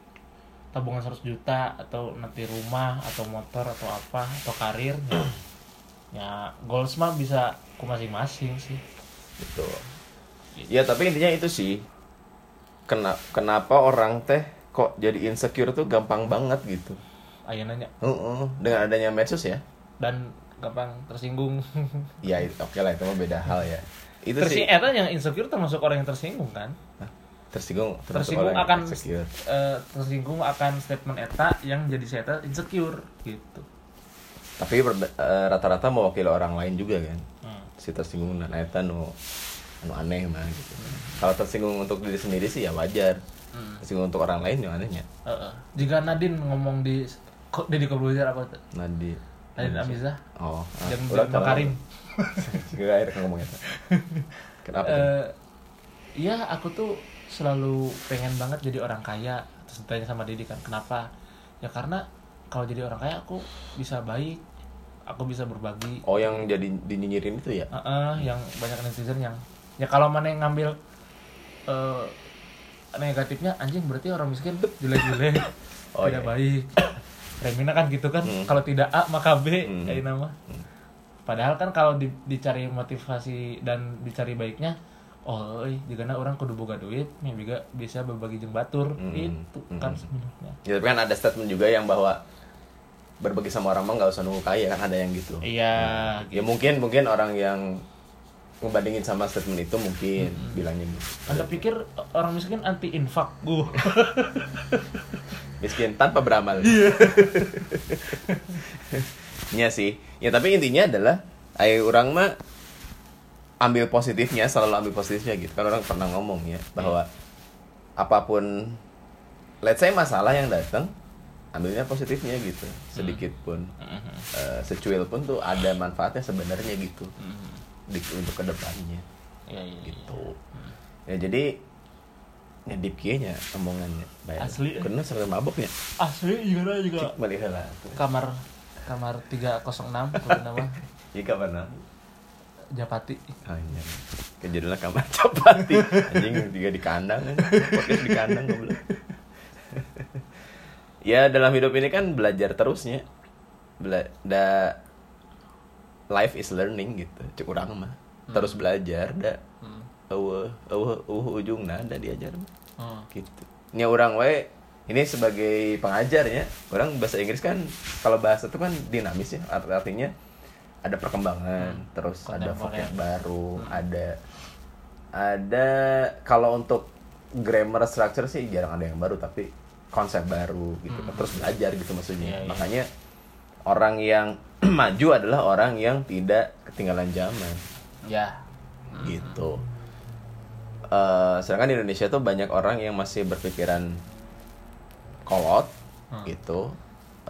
Speaker 2: tabungan 100 juta atau nanti rumah atau motor atau apa atau karir ya, ya goals mah bisa ku masing-masing sih
Speaker 1: gitu ya tapi intinya itu sih Kena- kenapa orang teh kok jadi insecure tuh gampang banget gitu
Speaker 2: ayo nanya
Speaker 1: Heeh, dengan adanya medsos ya
Speaker 2: dan gampang tersinggung
Speaker 1: ya i- oke lah itu mah beda hal ya itu
Speaker 2: tersinggung
Speaker 1: sih
Speaker 2: Eta yang insecure termasuk orang yang tersinggung kan
Speaker 1: Hah? tersinggung termasuk
Speaker 2: tersinggung
Speaker 1: orang yang
Speaker 2: akan
Speaker 1: insecure.
Speaker 2: eh, tersinggung akan statement Eta yang jadi si Eta insecure gitu
Speaker 1: tapi berbe- eh, rata-rata mewakili orang lain juga kan
Speaker 2: Hmm.
Speaker 1: si tersinggung dan eta nu anu aneh mah gitu kalau tersinggung untuk diri sendiri sih ya wajar
Speaker 2: Hmm.
Speaker 1: tersinggung untuk orang lain yang anehnya
Speaker 2: Heeh. Jika Nadine ngomong di kok Deddy Corbuzier apa tuh?
Speaker 1: Nadi
Speaker 2: Nadine Amizah
Speaker 1: Nah, oh ah,
Speaker 2: dan
Speaker 1: ulah
Speaker 2: dan
Speaker 1: tahu.
Speaker 2: Makarim.
Speaker 1: Gak akhir ngomong itu. Kenapa? tuh?
Speaker 2: Eh, Iya, aku tuh selalu pengen banget jadi orang kaya. Terus ditanya sama Deddy kan, kenapa? Ya karena kalau jadi orang kaya aku bisa baik, aku bisa berbagi.
Speaker 1: oh yang jadi dinyinyirin itu ya?
Speaker 2: Heeh, yang banyak netizen yang ya kalau mana yang ngambil eh, negatifnya anjing berarti orang miskin jelek-jelek
Speaker 1: Oh,
Speaker 2: tidak
Speaker 1: iya.
Speaker 2: baik Remina kan gitu kan kalau tidak A maka B
Speaker 1: Hmm.
Speaker 2: kayak nama padahal kan kalau di- dicari motivasi dan dicari baiknya oh jika orang kudu boga duit ya juga bisa berbagi jeung batur
Speaker 1: Hmm.
Speaker 2: itu kan sebenarnya
Speaker 1: Ya tapi kan ada statement juga yang bahwa berbagi sama orang mah nggak usah nunggu kaya kan ada yang gitu.
Speaker 2: iya
Speaker 1: Ya mungkin mungkin orang yang ngebandingin sama statement itu mungkin
Speaker 2: Hmm.
Speaker 1: bilangnya gitu.
Speaker 2: anda pikir orang miskin anti infak gua
Speaker 1: Miskin tanpa beramal. Iya sih. Ya tapi intinya adalah ayo orang mah ambil positifnya selalu ambil positifnya gitu kan orang pernah ngomong ya bahwa apapun let's say masalah yang datang ambilnya positifnya gitu
Speaker 2: Hmm.
Speaker 1: sedikit pun eh, secuil pun tuh ada manfaatnya sebenarnya gitu di, untuk kedepannya
Speaker 2: iya iya
Speaker 1: gitu ya jadi ya deep kieu nya omongannya Baik.
Speaker 2: Asli. eh.
Speaker 1: karena ya. sampai maboknya
Speaker 2: asli juga juga
Speaker 1: cik balik heula.
Speaker 2: kamar kamar 306 kalau nama
Speaker 1: jadi kapan
Speaker 2: Japati
Speaker 1: Hanya kejadianlah Ah, iya. kamar capati anjing juga di kandang kan podcast di kandang goblok. ya dalam hidup ini kan belajar terusnya Bela da life is learning gitu cek urang mah terus belajar da
Speaker 2: Hmm.
Speaker 1: eueuh eueuh eueuh ujung nada diajar mah.
Speaker 2: Hmm.
Speaker 1: gitu nya orang wae ini sebagai pengajar ya orang bahasa Inggris kan kalau bahasa itu kan dinamis ya art- artinya ada perkembangan, terus ada
Speaker 2: Kontemporer.
Speaker 1: vocab baru, ada ada kalau untuk grammar structure sih jarang ada yang baru tapi konsep baru gitu. Terus belajar gitu maksudnya.
Speaker 2: Iya, iya.
Speaker 1: Makanya orang yang maju adalah orang yang tidak ketinggalan zaman
Speaker 2: ya
Speaker 1: gitu. Eh, sedangkan di Indonesia tuh banyak orang yang masih berpikiran kolot gitu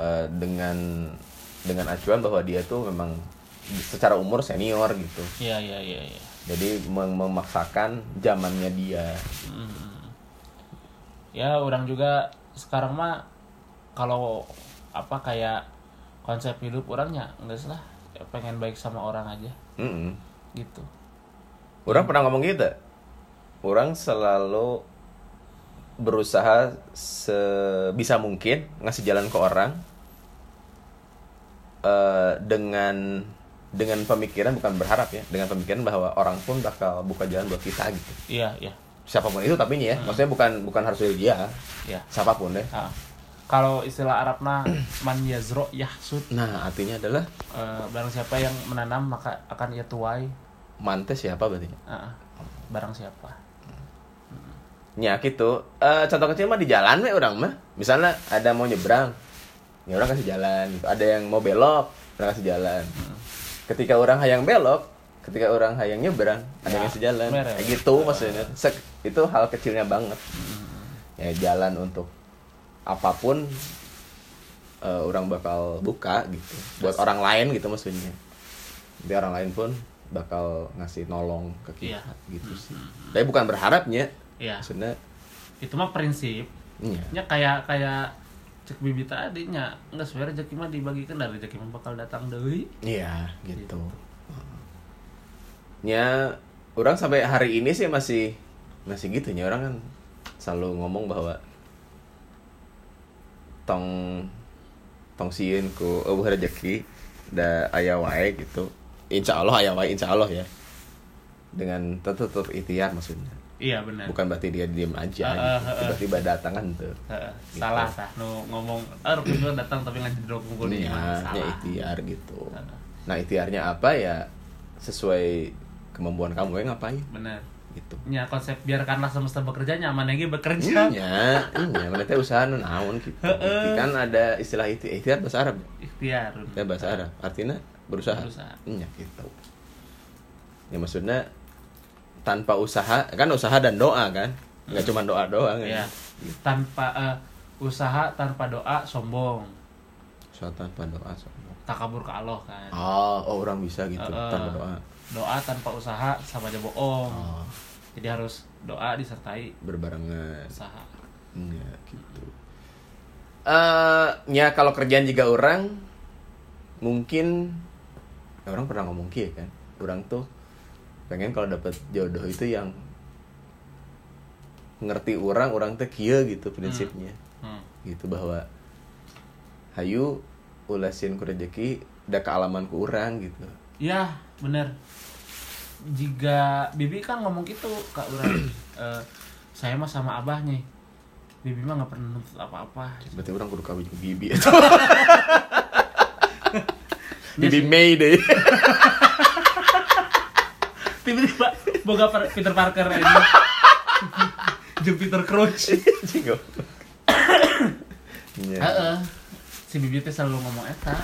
Speaker 1: eh, dengan dengan acuan bahwa dia tuh memang secara umur senior gitu.
Speaker 2: ya ya ya ya
Speaker 1: Jadi mem- memaksakan zamannya dia.
Speaker 2: Mm. ya orang juga sekarang mah kalau apa kayak konsep hidup orangnya enggak salah ya pengen baik sama orang aja
Speaker 1: Mm-mm.
Speaker 2: gitu
Speaker 1: Orang pernah ngomong gitu. Orang selalu berusaha sebisa mungkin ngasih jalan ke orang eh, dengan dengan pemikiran bukan berharap ya, dengan pemikiran bahwa orang pun bakal buka jalan buat kita gitu.
Speaker 2: iya iya
Speaker 1: Siapapun itu tapi ini ya, maksudnya bukan bukan harus dari dia,
Speaker 2: iya
Speaker 1: siapapun ya. deh.
Speaker 2: Ah. kalau istilah Arabnya man yazro yahsud
Speaker 1: Nah, artinya adalah
Speaker 2: Eh, barang siapa yang menanam maka akan ia tuai
Speaker 1: mantes siapa berarti?
Speaker 2: Ah, barang siapa
Speaker 1: Ya gitu. Eh, contoh kecil mah di jalan we orang mah. Misalnya ada mau nyebrang, ya orang kasih jalan gitu. Ada yang mau belok, orang kasih jalan. Ketika orang hayang belok, ketika orang hayang nyebrang, ada yang
Speaker 2: Ya,
Speaker 1: kasih jalan.
Speaker 2: bener.
Speaker 1: Kayak gitu maksudnya. Sek- itu hal kecilnya banget. Ya jalan untuk apapun eh, orang bakal buka gitu. Buat orang lain gitu maksudnya. Nanti orang lain pun bakal ngasih nolong ke kita
Speaker 2: Iya. Hmm.
Speaker 1: gitu sih. Tapi bukan berharapnya,
Speaker 2: iya
Speaker 1: maksudnya
Speaker 2: itu mah prinsip
Speaker 1: Iya.
Speaker 2: nya Ya, kayak kayak cek bibit tadi nya enggak sebenarnya rezeki mah dibagikan dari rezeki mah bakal datang deui
Speaker 1: Iya, gitu. Ya, orang sampai hari ini sih masih masih gitu ya orang kan selalu ngomong bahwa tong tong sieun ku eueuh rezeki da aya wae gitu. Insya Allah aya wae insya Allah ya. Dengan tetap tetap ikhtiar maksudnya.
Speaker 2: iya benar
Speaker 1: Bukan berarti dia diem aja. gitu.
Speaker 2: Ah, ah, ah, ah.
Speaker 1: Tiba-tiba datang kan tuh.
Speaker 2: Heeh,
Speaker 1: Gitu.
Speaker 2: salah tah nu ngomong er kunjungan datang tapi ngajin dulu kumpul di mana
Speaker 1: ya, ya
Speaker 2: salah
Speaker 1: ikhtiar gitu.
Speaker 2: Heeh.
Speaker 1: Nah ikhtiarnya apa ya sesuai kemampuan kamu ya ngapain
Speaker 2: benar
Speaker 1: gitu.
Speaker 2: nya Ya, konsep biarkanlah semesta bekerja nyaman lagi bekerja
Speaker 1: Iya, iya, mana teh usaha nu naon gitu. Ikhti- kan ada istilah itu ikhtiar bahasa Arab.
Speaker 2: ikhtiar
Speaker 1: Ya bahasa Arab artinya berusaha.
Speaker 2: Berusaha.
Speaker 1: Iya gitu. Ya maksudnya tanpa usaha kan usaha dan doa kan nggak cuma doa doang
Speaker 2: ya
Speaker 1: ya.
Speaker 2: tanpa eh, usaha tanpa doa sombong
Speaker 1: Usaha tanpa doa. sombong.
Speaker 2: tak kabur ke Allah kan
Speaker 1: Oh, oh orang bisa gitu
Speaker 2: Eh, eh,
Speaker 1: tanpa doa.
Speaker 2: doa tanpa usaha sama aja bohong
Speaker 1: Oh,
Speaker 2: jadi harus doa disertai
Speaker 1: berbarengan.
Speaker 2: usaha
Speaker 1: Iya gitu. Eh, ya kalau kerjaan juga orang mungkin orang pernah ngomong kia kan. Orang tuh pengen kalau dapat jodoh itu yang ngerti orang, orang teh kieu gitu prinsipnya.
Speaker 2: hmm.
Speaker 1: Gitu bahwa hayu ulasin ku rezeki da kealaman ku urang gitu.
Speaker 2: ya bener jika bibi kan ngomong gitu kak urang Eh, saya mah sama abahnya bibi mah nggak pernah nuntut apa-apa
Speaker 1: Berarti orang kudu kawin jeung bibi atau Bibi May deh.
Speaker 2: tiba-tiba boga per- Peter Parker ini jeung Peter Crouch
Speaker 1: Jingo. Iya.
Speaker 2: Heeh. si bibi teh selalu ngomong eta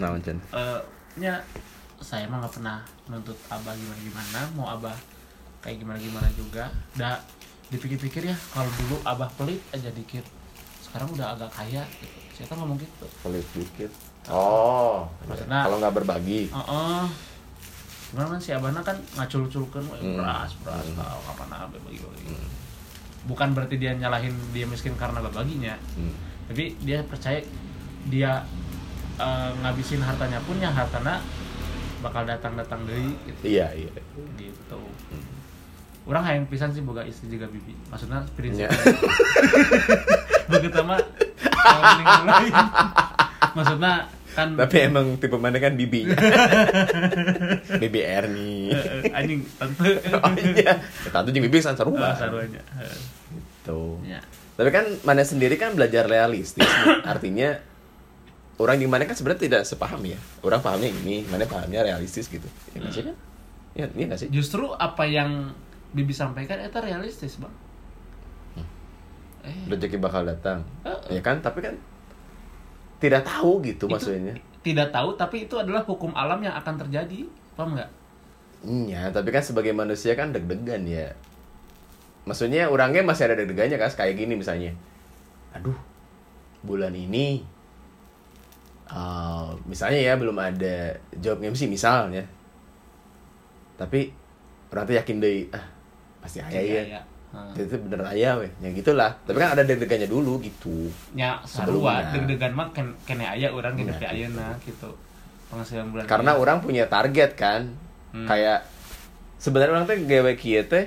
Speaker 1: Nah, Chan.
Speaker 2: Eh, nya saya mah nggak pernah nuntut abah gimana gimana mau abah kayak gimana gimana juga da dipikir-pikir ya kalau dulu abah pelit aja dikit sekarang udah agak kaya gitu. saya kan ngomong gitu
Speaker 1: pelit dikit oh
Speaker 2: Maksudnya-
Speaker 1: kalau
Speaker 2: Oh.
Speaker 1: nggak berbagi
Speaker 2: Heeh. Cuman kan si Abana kan ngacul-culkeun
Speaker 1: Hmm.
Speaker 2: we beras, beras, ah, kapan abe bagi-bagi. Bukan berarti dia nyalahin dia miskin karena babaginya.
Speaker 1: Hmm.
Speaker 2: Tapi dia percaya dia eh, ngabisin hartanya punya hartana bakal datang-datang deui gitu.
Speaker 1: iya iya
Speaker 2: gitu.
Speaker 1: Hmm.
Speaker 2: Orang hayang pisan sih boga istri juga bibi. Maksudnya
Speaker 1: Iya.
Speaker 2: prinsipnya. Begitu mah eh, mending lain. Maksudnya kan
Speaker 1: tapi emang tipe mana kan bibinya bibi Erni
Speaker 2: eh, eh, anjing tante.
Speaker 1: oh iya Ya, tentu juga bibi sancar
Speaker 2: Ah,
Speaker 1: rumah
Speaker 2: sarwanya.
Speaker 1: gitu
Speaker 2: Ya.
Speaker 1: tapi kan mana sendiri kan belajar realistis nih. artinya orang di mana kan sebenarnya tidak sepaham ya orang pahamnya ini mana pahamnya realistis gitu ya nggak sih kan
Speaker 2: Hmm.
Speaker 1: ya iya nggak sih
Speaker 2: Justru apa yang Bibi sampaikan itu realistis, Bang.
Speaker 1: Hmm.
Speaker 2: Eh,
Speaker 1: rezeki bakal datang ya
Speaker 2: Heeh.
Speaker 1: kan tapi kan tidak tahu gitu
Speaker 2: Itu-
Speaker 1: maksudnya
Speaker 2: tidak tahu tapi itu adalah hukum alam yang akan terjadi. Paham nggak?
Speaker 1: Iya, tapi kan sebagai manusia kan deg-degan ya. Maksudnya orangnya masih ada deg-degannya kan, kayak gini misalnya. Aduh, bulan ini, uh, misalnya ya belum ada job MC misalnya. Tapi orang tuh yakin deh, ah pasti ayah ya.
Speaker 2: ya. Heeh.
Speaker 1: Itu bener ayah weh, ya gitulah. Tapi kan ada deg-degannya dulu gitu.
Speaker 2: nya
Speaker 1: Sebelumnya. Iya,
Speaker 2: sarua Ya, deg-degan mah ken kene aya urang hidup di ayeuna gitu penghasilan bulan
Speaker 1: karena
Speaker 2: ini.
Speaker 1: orang punya target kan
Speaker 2: Iya. Hmm.
Speaker 1: kayak sebenarnya orang tuh gawe kieu teh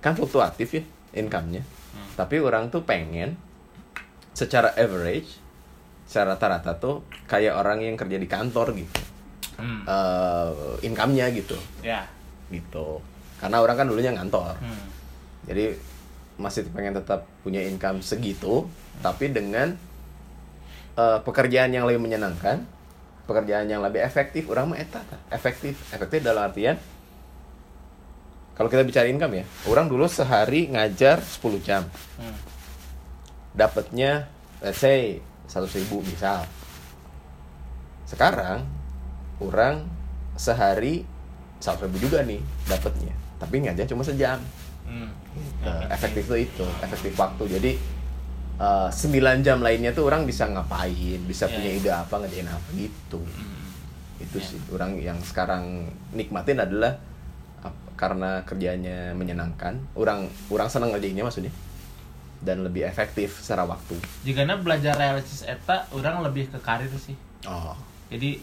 Speaker 1: kan fluktuatif ya income-nya tapi orang tuh pengen secara average secara rata-rata tuh kayak orang yang kerja di kantor gitu
Speaker 2: Hmm,
Speaker 1: Eh, income-nya gitu
Speaker 2: ya
Speaker 1: gitu karena orang kan dulunya ngantor
Speaker 2: hmm.
Speaker 1: jadi masih pengen tetap punya income segitu tapi dengan eh, pekerjaan yang lebih menyenangkan pekerjaan yang lebih efektif orang mah eta tah. efektif efektif dalam artian kalau kita bicara income ya orang dulu sehari ngajar 10 jam
Speaker 2: hmm.
Speaker 1: dapatnya let's say 100.000 ribu misal sekarang orang sehari 100.000 ribu juga nih dapatnya tapi ngajar cuma sejam
Speaker 2: hmm.
Speaker 1: Nah, efektif tuh itu efektif waktu jadi eh, 9 jam lainnya tuh orang bisa ngapain bisa
Speaker 2: Iya,
Speaker 1: punya
Speaker 2: iya.
Speaker 1: ide apa ngerjain apa gitu
Speaker 2: Hmm.
Speaker 1: itu
Speaker 2: Iya.
Speaker 1: sih orang yang sekarang nikmatin adalah ap- karena kerjanya menyenangkan orang orang senang ngerjainnya maksudnya dan lebih efektif secara waktu
Speaker 2: Jigana belajar realistis eta orang lebih ke karir sih
Speaker 1: oh
Speaker 2: jadi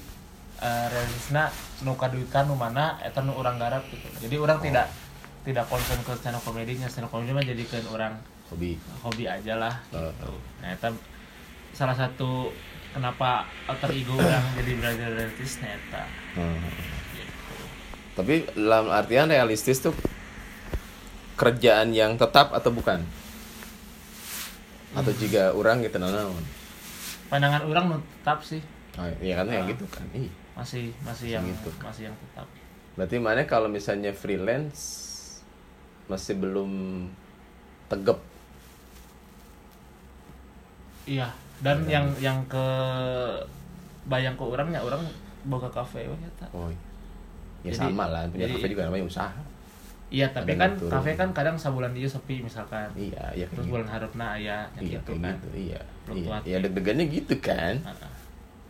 Speaker 2: eh, realistisna nu kaduitan nu mana eta nu orang garap gitu jadi orang tidak tidak concern ke stand up comedy nya stand up comedy mah jadikan orang
Speaker 1: hobi
Speaker 2: hobi aja lah gitu.
Speaker 1: Heeh.
Speaker 2: Nah, itu salah satu kenapa alter ego orang jadi berada realistis nah eta
Speaker 1: Hmm.
Speaker 2: gitu.
Speaker 1: tapi dalam artian realistis tuh kerjaan yang tetap atau bukan atau jika orang gitu naon
Speaker 2: Pandangan orang nu tetap sih
Speaker 1: Ah, iya kan yang gitu kan. Ih.
Speaker 2: masih masih yang
Speaker 1: Yang gitu.
Speaker 2: masih yang tetap.
Speaker 1: Berarti mana kalau misalnya freelance masih belum tegep.
Speaker 2: Iya, dan yang yang ke bayang ke ya, orangnya orang boga kafe iya, we eta.
Speaker 1: Oh. Ya
Speaker 2: Jadi-
Speaker 1: sama lah, punya
Speaker 2: jadi-
Speaker 1: kafe juga namanya usaha.
Speaker 2: Iya, tapi
Speaker 1: Ada yang
Speaker 2: kan
Speaker 1: turun.
Speaker 2: kafe kan kadang sabulan dia sepi misalkan.
Speaker 1: Iya, iya kayak
Speaker 2: Terus
Speaker 1: gitu.
Speaker 2: bulan harapna aya yang
Speaker 1: Iya,
Speaker 2: gitu
Speaker 1: kayak
Speaker 2: kan.
Speaker 1: gitu. Iya. Iya,
Speaker 2: Fluktuatif.
Speaker 1: ya deg-degannya gitu kan.
Speaker 2: Heeh.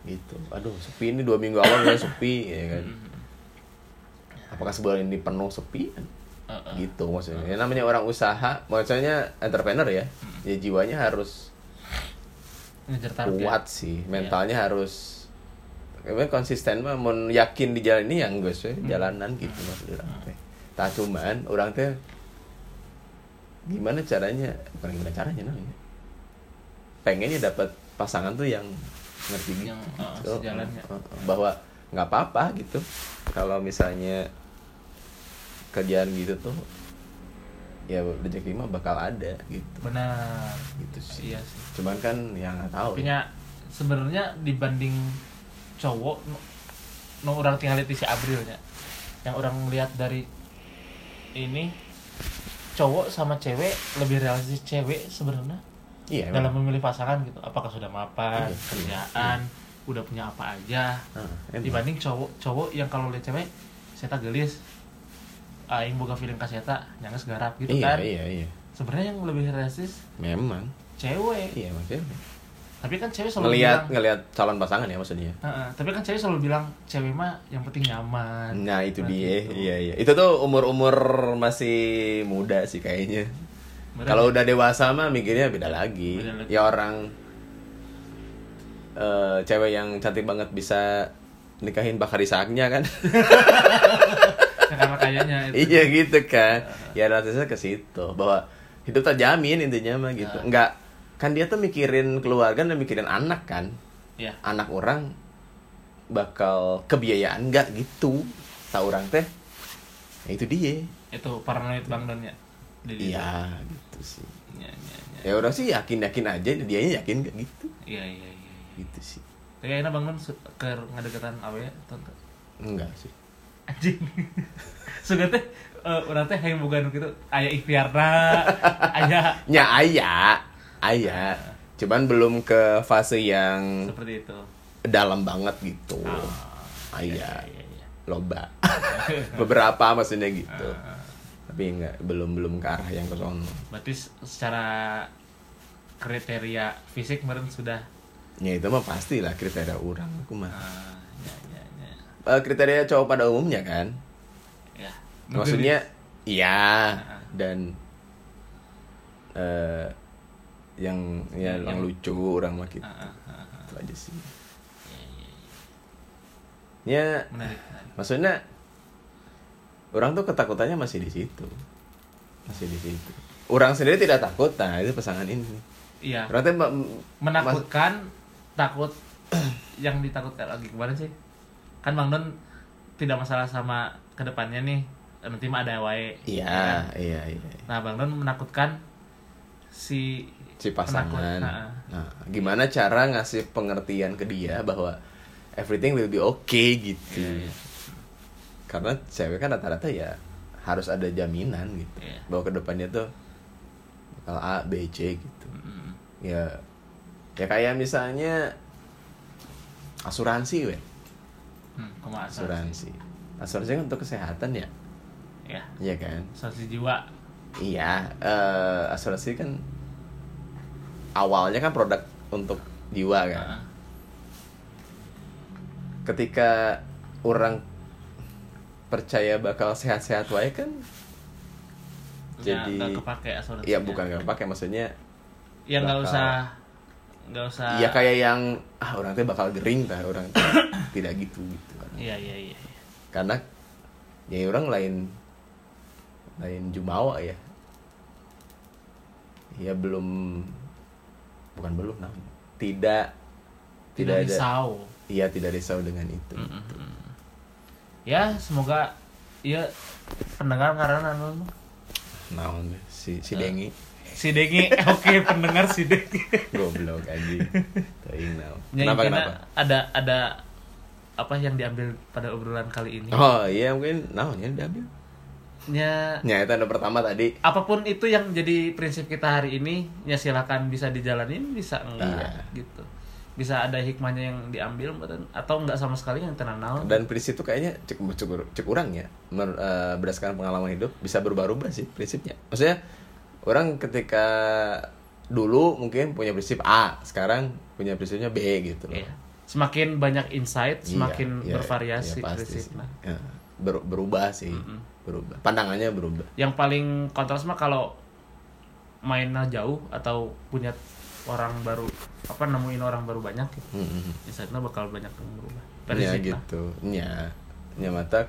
Speaker 1: Gitu. Aduh, sepi ini dua minggu awal udah sepi ya kan.
Speaker 2: Hmm.
Speaker 1: Apakah sebulan ini penuh sepi?
Speaker 2: Heeh.
Speaker 1: Gitu maksudnya.
Speaker 2: Ah.
Speaker 1: Ya, namanya orang usaha, maksudnya entrepreneur ya.
Speaker 2: Hmm.
Speaker 1: Ya jiwanya harus
Speaker 2: Ngejar target.
Speaker 1: kuat
Speaker 2: iya.
Speaker 1: sih mentalnya harus Kayaknya konsisten mah mau yakin di jalan ini yang gue sih
Speaker 2: Hmm.
Speaker 1: jalanan gitu maksud orang teh tak cuman orang teh gimana caranya bukan gimana caranya namanya pengennya dapat pasangan tuh yang ngerti gitu.
Speaker 2: Yang, uh,
Speaker 1: So,
Speaker 2: sejalannya.
Speaker 1: uh, uh, bahwa nggak apa-apa gitu kalau misalnya kerjaan gitu tuh ya rezeki mah bakal ada gitu
Speaker 2: Benar.
Speaker 1: gitu sih
Speaker 2: Iya sih.
Speaker 1: cuman kan yang nggak tahu
Speaker 2: tapi nya sebenarnya dibanding cowok nu nu orang tinggal di si Abrilnya yang orang lihat dari ini cowok sama cewek lebih realistis cewek sebenarnya
Speaker 1: Iya, emang.
Speaker 2: dalam memilih pasangan gitu apakah sudah
Speaker 1: Iya,
Speaker 2: mapan
Speaker 1: iya,
Speaker 2: kerjaan udah punya apa aja
Speaker 1: Ah, emang.
Speaker 2: dibanding cowok cowok yang kalau lihat cewek saya gelis aing boga feeling ka seta nyanges garap gitu
Speaker 1: iya,
Speaker 2: kan
Speaker 1: Iya, iya,
Speaker 2: sebenarnya yang lebih realistis
Speaker 1: Memang.
Speaker 2: cewek
Speaker 1: Iya, maksudnya.
Speaker 2: tapi kan cewek selalu
Speaker 1: Ngelihat
Speaker 2: bilang-
Speaker 1: ngelihat calon pasangan ya maksudnya.
Speaker 2: Heeh, tapi kan cewek selalu bilang cewek mah yang penting nyaman.
Speaker 1: Nah, itu
Speaker 2: Nah,
Speaker 1: dia.
Speaker 2: gitu.
Speaker 1: Iya, iya. Itu tuh umur-umur masih muda sih kayaknya.
Speaker 2: Bener.
Speaker 1: Kalau udah dewasa mah mikirnya beda lagi.
Speaker 2: ya? Beda lagi.
Speaker 1: Ya orang eh, cewek yang cantik banget bisa nikahin Bakar Isaknya kan.
Speaker 2: Ya, karena kayaknya itu.
Speaker 1: iya gitu kan ya realisasinya ke situ bahwa hidup terjamin intinya mah
Speaker 2: Ah.
Speaker 1: gitu nggak kan dia tuh mikirin keluarga dan mikirin anak kan
Speaker 2: Iya.
Speaker 1: anak orang bakal kebiayaan nggak gitu tak orang teh ya itu dia
Speaker 2: Itu paranoid Bang Don ya. Jadi-
Speaker 1: iya gitu sih
Speaker 2: Iya, iya, iya.
Speaker 1: ya orang sih yakin yakin aja dianya yakin nggak gitu
Speaker 2: Iya, iya, iya.
Speaker 1: gitu sih
Speaker 2: Tapi enak bangun su- ke ngadegatan awe tonton.
Speaker 1: Enggak sih.
Speaker 2: Anjing. Sudah teh eh, urang teh hayang boga nu kitu aya ikhtiarna, aya
Speaker 1: Ya aya, aya. Cuman belum ke fase yang
Speaker 2: seperti itu.
Speaker 1: dalam banget gitu.
Speaker 2: Ya,
Speaker 1: Aya,
Speaker 2: ya, ya.
Speaker 1: loba. Beberapa maksudnya gitu.
Speaker 2: iya. Ah.
Speaker 1: Tapi enggak belum belum ke arah yang ke sono.
Speaker 2: Eh, Berarti s- secara kriteria fisik meren sudah
Speaker 1: Ya itu mah pastilah kriteria orang aku mah.
Speaker 2: eh, ya ya ya.
Speaker 1: Eh, Kriteria cowok pada umumnya kan.
Speaker 2: Ya.
Speaker 1: Maksudnya iya
Speaker 2: Heeh.
Speaker 1: dan eh yang ya
Speaker 2: Yang-
Speaker 1: yang lucu orang mah gitu.
Speaker 2: Heeh, heeh.
Speaker 1: Itu aja sih. Iya,
Speaker 2: Ya, ya, ya.
Speaker 1: Ya
Speaker 2: Menarik, menarik.
Speaker 1: maksudnya orang tuh ketakutannya masih di situ masih di situ orang sendiri tidak takut nah itu pasangan ini
Speaker 2: Iya.
Speaker 1: orang tuh ma- mas-
Speaker 2: menakutkan takut yang ditakutkan lagi kemarin sih kan bang Don tidak masalah sama kedepannya nih nanti mah ada wae
Speaker 1: iya iya iya
Speaker 2: nah bang Don menakutkan si
Speaker 1: si
Speaker 2: penakut.
Speaker 1: pasangan
Speaker 2: Nah,
Speaker 1: nah gimana cara ngasih pengertian ke dia bahwa everything will be okay gitu
Speaker 2: Iya, iya.
Speaker 1: karena cewek kan rata-rata ya harus ada jaminan gitu
Speaker 2: Iya.
Speaker 1: bahwa kedepannya tuh bakal A B C gitu
Speaker 2: Mm-mm.
Speaker 1: ya ya kayak misalnya asuransi weh
Speaker 2: hmm, kumaha asuransi
Speaker 1: asuransi asuransi kan untuk kesehatan ya
Speaker 2: ya
Speaker 1: iya kan
Speaker 2: asuransi jiwa
Speaker 1: iya eh, asuransi kan awalnya kan produk untuk jiwa kan
Speaker 2: Nah,
Speaker 1: ketika orang percaya bakal sehat-sehat wae kan
Speaker 2: ya,
Speaker 1: Jadi-
Speaker 2: nggak kepake asuransi
Speaker 1: ya bukan nggak pakai maksudnya
Speaker 2: ya nggak
Speaker 1: bakal-
Speaker 2: usah nggak usah
Speaker 1: ya kayak yang ah orang tuh bakal gering tah orang teh tidak gitu gitu kan
Speaker 2: iya iya iya
Speaker 1: karena ya orang lain lain jumawa ya ya belum bukan belum nah. tidak tidak, ada Hmm.
Speaker 2: risau
Speaker 1: iya tidak risau dengan itu
Speaker 2: Mm-mm. ya semoga ya pendengar karena anu
Speaker 1: nah si
Speaker 2: Ah.
Speaker 1: si dengi
Speaker 2: si Dengi oke pendengar si Dengi
Speaker 1: goblok anjing Teuing naon.
Speaker 2: Ya,
Speaker 1: kenapa
Speaker 2: karena
Speaker 1: kenapa
Speaker 2: ada ada apa yang diambil pada obrolan kali ini
Speaker 1: oh iya mungkin naon ya diambil
Speaker 2: ya
Speaker 1: ya itu ada pertama tadi
Speaker 2: apapun itu yang jadi prinsip kita hari ini ya silakan bisa dijalanin bisa enggak
Speaker 1: Iya.
Speaker 2: gitu bisa ada hikmahnya yang diambil meureun, atau enggak sama sekali yang tenang naon
Speaker 1: dan prinsip itu kayaknya cukup cukup cukup kurang ya Mer- eh, berdasarkan pengalaman hidup bisa berubah-ubah sih prinsipnya maksudnya orang ketika dulu mungkin punya prinsip A sekarang punya prinsipnya B gitu loh
Speaker 2: Iya. semakin banyak insight
Speaker 1: Iya,
Speaker 2: semakin
Speaker 1: iya,
Speaker 2: bervariasi
Speaker 1: iya, pasti sih.
Speaker 2: prinsipnya
Speaker 1: Ya, ber- berubah sih berubah pandangannya berubah
Speaker 2: yang paling kontras mah kalau mainnya jauh atau punya orang baru apa nemuin orang baru banyak gitu.
Speaker 1: Mm-mm.
Speaker 2: insightnya bakal banyak yang berubah
Speaker 1: ya
Speaker 2: Prinsipnya,
Speaker 1: gitu ya ya mata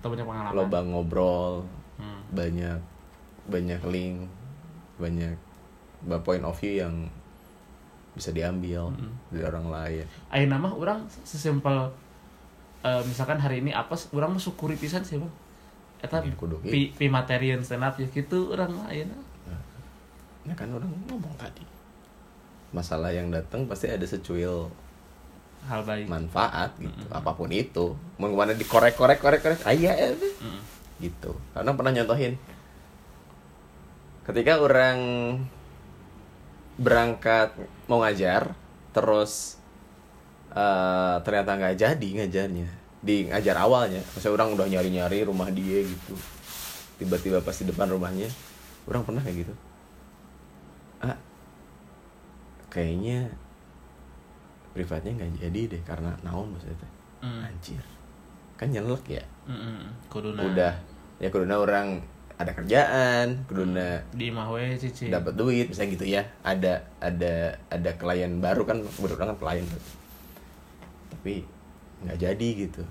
Speaker 2: atau banyak pengalaman
Speaker 1: loba ngobrol
Speaker 2: Hmm.
Speaker 1: banyak banyak link banyak ba- point of view yang bisa diambil dari orang lain
Speaker 2: Ayeuna mah orang sesimpel eh, misalkan hari ini apa orang mah syukuri pisan sih bang eta
Speaker 1: Ya, kudu
Speaker 2: pi, pi materian stand up ya gitu orang mah ayeuna
Speaker 1: ya kan orang ngomong tadi masalah yang datang pasti ada secuil
Speaker 2: hal baik
Speaker 1: manfaat gitu apapun itu mau kemana dikorek korek korek korek ayah eh, eh.
Speaker 2: Mm-mm.
Speaker 1: gitu karena pernah nyontohin ketika orang berangkat mau ngajar terus eh, ternyata nggak jadi ngajarnya di ngajar awalnya maksudnya orang udah nyari nyari rumah dia gitu tiba-tiba pas di depan rumahnya orang pernah kayak gitu ah kayaknya privatnya nggak jadi deh karena naon maksudnya teh.
Speaker 2: Mm.
Speaker 1: anjir kan nyelek ya
Speaker 2: Mm-mm. kuduna
Speaker 1: udah ya kuduna orang ada kerjaan kuduna
Speaker 2: di imah we cici
Speaker 1: dapat duit misalnya gitu ya ada ada ada klien baru kan baru orang kan klien tapi nggak jadi gitu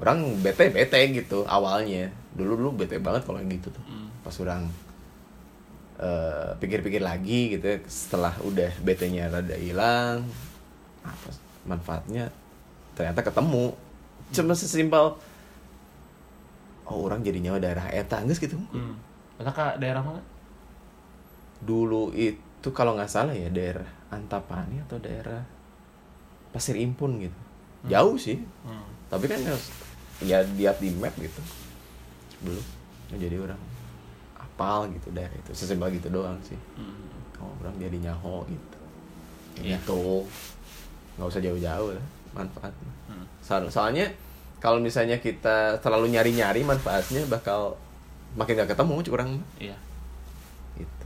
Speaker 1: orang bete bete gitu awalnya dulu dulu bete banget kalau yang gitu tuh
Speaker 2: Mm.
Speaker 1: pas orang eh, pikir-pikir lagi gitu ya, setelah udah bete-nya rada hilang apa sih manfaatnya ternyata ketemu cuma sesimpel oh orang jadi nyawa daerah eta geus gitu
Speaker 2: Mm. Eta ka daerah mana
Speaker 1: dulu itu kalau nggak salah ya daerah Antapani atau daerah pasir impun gitu jauh sih
Speaker 2: Mm.
Speaker 1: tapi kan harus ya lihat di map gitu belum jadi orang apal gitu daerah itu sesimpel gitu doang sih
Speaker 2: Mm.
Speaker 1: kalau orang jadi nyaho gitu
Speaker 2: Iya.
Speaker 1: ya gitu nggak usah jauh-jauh lah manfaatnya
Speaker 2: Mm.
Speaker 1: So- soalnya kalau misalnya kita terlalu nyari-nyari manfaatnya bakal makin gak ketemu kurang
Speaker 2: iya
Speaker 1: gitu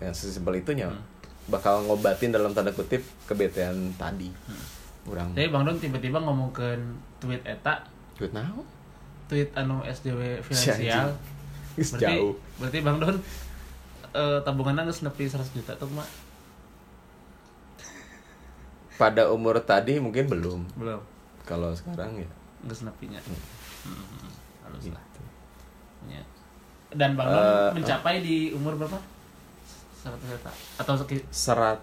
Speaker 1: yang sesimpel itunya
Speaker 2: Hmm.
Speaker 1: bakal ngobatin dalam tanda kutip kebetean tadi kurang
Speaker 2: jadi Mm. bang Don tiba-tiba ngomongin tweet eta
Speaker 1: duit naon
Speaker 2: tweet anu SJW
Speaker 1: Si
Speaker 2: finansial
Speaker 1: Geus
Speaker 2: berarti
Speaker 1: jauh
Speaker 2: berarti bang Don eh, tabungannya nggak nepi 100 juta tuh mak
Speaker 1: pada umur tadi mungkin belum
Speaker 2: belum
Speaker 1: kalau sekarang ya
Speaker 2: nggak nepinya Hmm, harus lah
Speaker 1: gitu.
Speaker 2: Ya. dan bang Don
Speaker 1: Eh,
Speaker 2: mencapai di umur berapa 100 juta atau seki-
Speaker 1: serat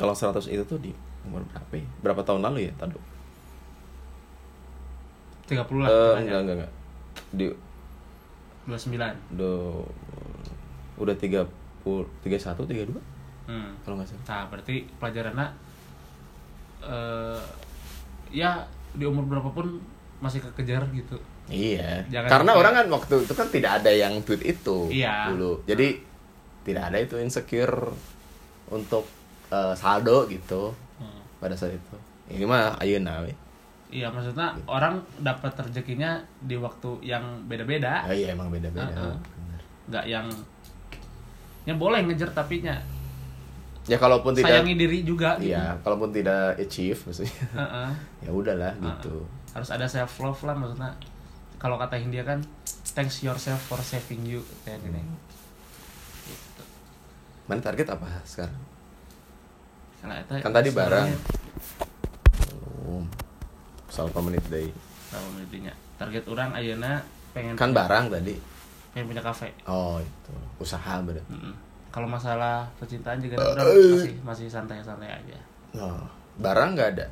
Speaker 1: kalau 100 itu tuh di umur berapa ya? berapa tahun lalu ya tadu
Speaker 2: 30 lah
Speaker 1: Eh,
Speaker 2: jumlahnya.
Speaker 1: enggak enggak enggak di
Speaker 2: 29
Speaker 1: do udah 30 31 32
Speaker 2: hmm.
Speaker 1: kalau nggak salah
Speaker 2: nah berarti pelajarannya eh ya di umur berapapun masih kekejar gitu
Speaker 1: Iya.
Speaker 2: Jangan
Speaker 1: Karena
Speaker 2: sampai-
Speaker 1: orang kan waktu itu kan tidak ada yang tweet itu
Speaker 2: Iya.
Speaker 1: dulu. Jadi tidak ada itu insecure untuk eh, saldo gitu
Speaker 2: Hmm.
Speaker 1: pada saat itu. Ini mah ayeuna we.
Speaker 2: Iya maksudnya orang dapat rezekinya di waktu yang beda-beda,
Speaker 1: Ah, iya emang beda-beda.
Speaker 2: Uh-uh.
Speaker 1: Bener.
Speaker 2: nggak yang yang boleh ngejar tapi nya
Speaker 1: Ya kalaupun tidak
Speaker 2: sayangi diri juga. gitu.
Speaker 1: Iya, kalaupun tidak achieve maksudnya.
Speaker 2: Heeh.
Speaker 1: ya udahlah
Speaker 2: Uh-uh.
Speaker 1: gitu.
Speaker 2: Harus ada self love lah maksudnya. Kalau kata Hindia kan thanks yourself for saving you kayak gini.
Speaker 1: Hmm.
Speaker 2: Gitu.
Speaker 1: Mana target apa sekarang?
Speaker 2: Kalau eta
Speaker 1: Kan tadi
Speaker 2: sebenarnya
Speaker 1: barang. Belum. Soal pemenit day.
Speaker 2: tahu intinya. Target orang ayeuna pengen
Speaker 1: Kan barang tadi.
Speaker 2: pengen punya kafe.
Speaker 1: Oh, itu. Usaha berarti.
Speaker 2: Mm-mm. Kalau masalah percintaan
Speaker 1: Eh,
Speaker 2: juga orang masih masih santai-santai aja.
Speaker 1: Oh, barang nggak ada.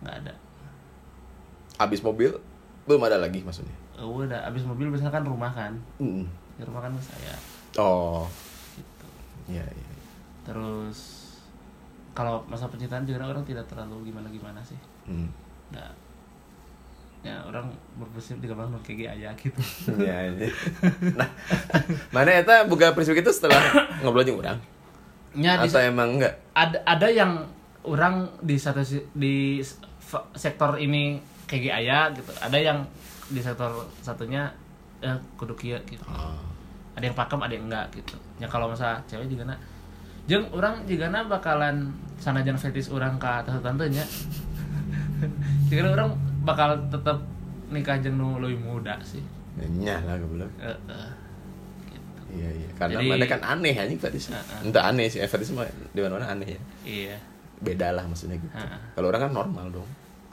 Speaker 2: nggak ada
Speaker 1: habis mobil belum ada lagi maksudnya
Speaker 2: Eh, udah abis mobil biasanya kan rumah kan
Speaker 1: Mm-mm.
Speaker 2: di rumah kan saya
Speaker 1: oh
Speaker 2: gitu
Speaker 1: iya iya
Speaker 2: terus kalau masa pencintaan juga orang tidak terlalu gimana gimana sih
Speaker 1: Mm.
Speaker 2: nah ya orang berprinsip di kamar kayak gini aja gitu
Speaker 1: iya iya nah mana eta buka prinsip itu setelah ngobrol jeung urang
Speaker 2: ya di,
Speaker 1: atau emang enggak
Speaker 2: ada ada yang orang di satu si- di s- fa- sektor ini kayak gini aja gitu ada yang di sektor satunya eh kudu kieu gitu
Speaker 1: oh.
Speaker 2: ada yang pakem ada yang enggak gitu ya kalau masalah cewek juga na jeng orang juga na bakalan sanajan fetis orang ke atas tantenya jadi orang bakal tetap nikah jeng nu lebih muda sih
Speaker 1: nya lah goblok
Speaker 2: Eh, eh, gitu
Speaker 1: iya iya karena
Speaker 2: Jadi-
Speaker 1: mana kan aneh anjing fetish
Speaker 2: Heeh.
Speaker 1: entah aneh sih eh, fetish mah di mana mana aneh ya
Speaker 2: iya
Speaker 1: beda lah maksudnya gitu
Speaker 2: Heeh.
Speaker 1: kalau orang kan normal dong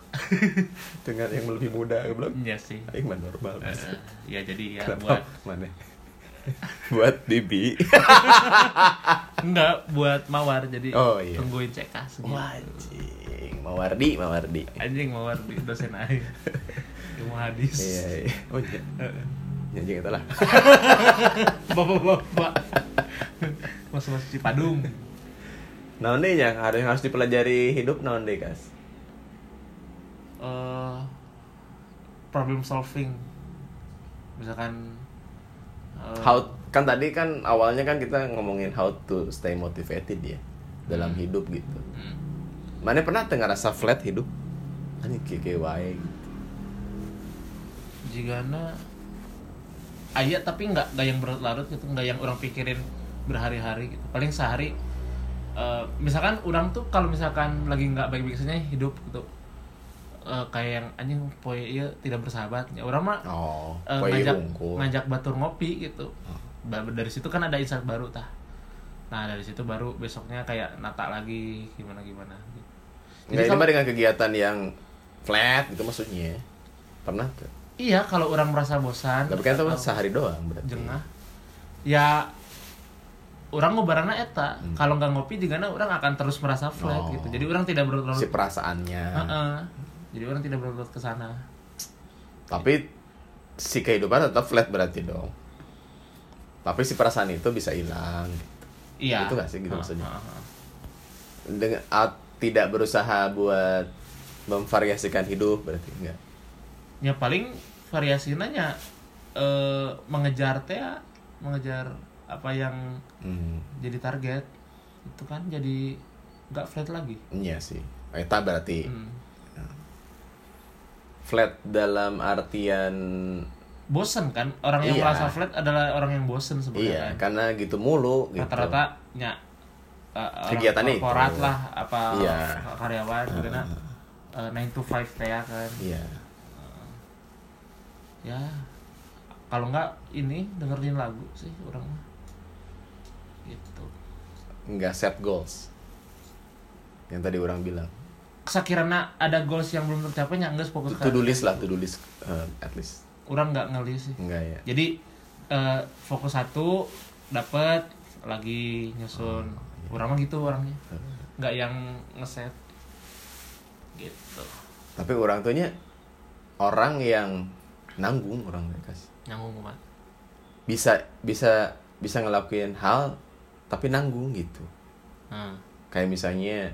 Speaker 1: dengan yang lebih muda goblok
Speaker 2: iya sih
Speaker 1: aing mah normal
Speaker 2: Eh, eh, ya jadi ya
Speaker 1: kenapa
Speaker 2: buat
Speaker 1: mana buat bibi
Speaker 2: enggak buat mawar jadi
Speaker 1: Oh, iya.
Speaker 2: tungguin cek kas gitu.
Speaker 1: Wajing, Mawardi, Mawardi.
Speaker 2: anjing mawar di dosen aing ilmu hadis
Speaker 1: Iya, iya. Oh iya. Ya jangan itu lah.
Speaker 2: bapak-bapak mas-mas Cipadung
Speaker 1: Naon deh Nah, yang harus harus dipelajari hidup naon deh, Kas?
Speaker 2: eh problem solving misalkan eh,
Speaker 1: How kan tadi kan awalnya kan kita ngomongin how to stay motivated ya dalam hidup gitu.
Speaker 2: mm,
Speaker 1: Mana pernah teu ngerasa flat hidup? Anjing keke wae.
Speaker 2: jigana ayat tapi nggak nggak yang berlarut gitu nggak yang orang pikirin berhari-hari gitu paling sehari eh, misalkan orang tuh kalau misalkan lagi nggak baik-baik saja hidup gitu Eh, kayak yang anjing poe ieu tidak bersahabat ya orang mah
Speaker 1: Oh,
Speaker 2: eh,
Speaker 1: poe Ah.
Speaker 2: ngajak
Speaker 1: hungkul.
Speaker 2: ngajak batur ngopi gitu. Ba- Dari situ kan ada insight baru tah. Nah, dari situ baru besoknya kayak nata lagi gimana gimana. gitu.
Speaker 1: Nggak, ini
Speaker 2: kalau-
Speaker 1: mah dengan kegiatan yang flat gitu maksudnya. Pernah tuh.
Speaker 2: Iya, kalau orang merasa bosan,
Speaker 1: Tapi kan itu
Speaker 2: atau
Speaker 1: sehari doang berarti.
Speaker 2: jengah. Ya orang ngobarana eta,
Speaker 1: Hmm.
Speaker 2: kalau nggak ngopi juga na orang akan terus merasa flat
Speaker 1: Oh.
Speaker 2: gitu. Jadi orang tidak berlarut
Speaker 1: Si perasaannya.
Speaker 2: Heeh. Jadi orang tidak berlarut ke sana.
Speaker 1: Tapi si kehidupan tetap flat berarti dong. Tapi si perasaan itu bisa hilang.
Speaker 2: Iya.
Speaker 1: Gitu nggak sih, gitu
Speaker 2: Heeh,
Speaker 1: maksudnya?
Speaker 2: heeh, heeh.
Speaker 1: Dengan at- tidak berusaha buat memvariasikan hidup berarti enggak.
Speaker 2: ya paling variasinya nya eh, mengejar teh mengejar apa yang
Speaker 1: Hmm,
Speaker 2: jadi target itu kan jadi nggak flat lagi
Speaker 1: iya sih. Eta berarti
Speaker 2: Hmm.
Speaker 1: flat dalam artian
Speaker 2: bosen kan orang yang
Speaker 1: Iya.
Speaker 2: merasa flat adalah orang yang bosen sebenarnya
Speaker 1: iya
Speaker 2: kan?
Speaker 1: karena gitu mulu gitu.
Speaker 2: rata-rata nya eh, orang
Speaker 1: Kegiatannya itu.
Speaker 2: korporat lah apa
Speaker 1: Iya.
Speaker 2: karyawan karena eh, 9 to 5 teh kan
Speaker 1: Iya.
Speaker 2: ya kalau nggak ini dengerin lagu sih orang mah gitu
Speaker 1: Enggak set goals. Yang tadi orang bilang.
Speaker 2: sakirana ada goals yang belum tercapai nya nggak fokus
Speaker 1: To do list lah, to do list eh, at least.
Speaker 2: orang nggak ngelis sih
Speaker 1: Enggak ya.
Speaker 2: jadi eh, fokus satu dapat lagi nyusun orang mah gitu orangnya
Speaker 1: eh.
Speaker 2: nggak yang ngeset gitu
Speaker 1: Tapi orang tuanya orang yang nanggung orang mereka.
Speaker 2: nyambung kumat
Speaker 1: bisa bisa bisa ngelakuin hal tapi nanggung gitu
Speaker 2: nah,
Speaker 1: kayak misalnya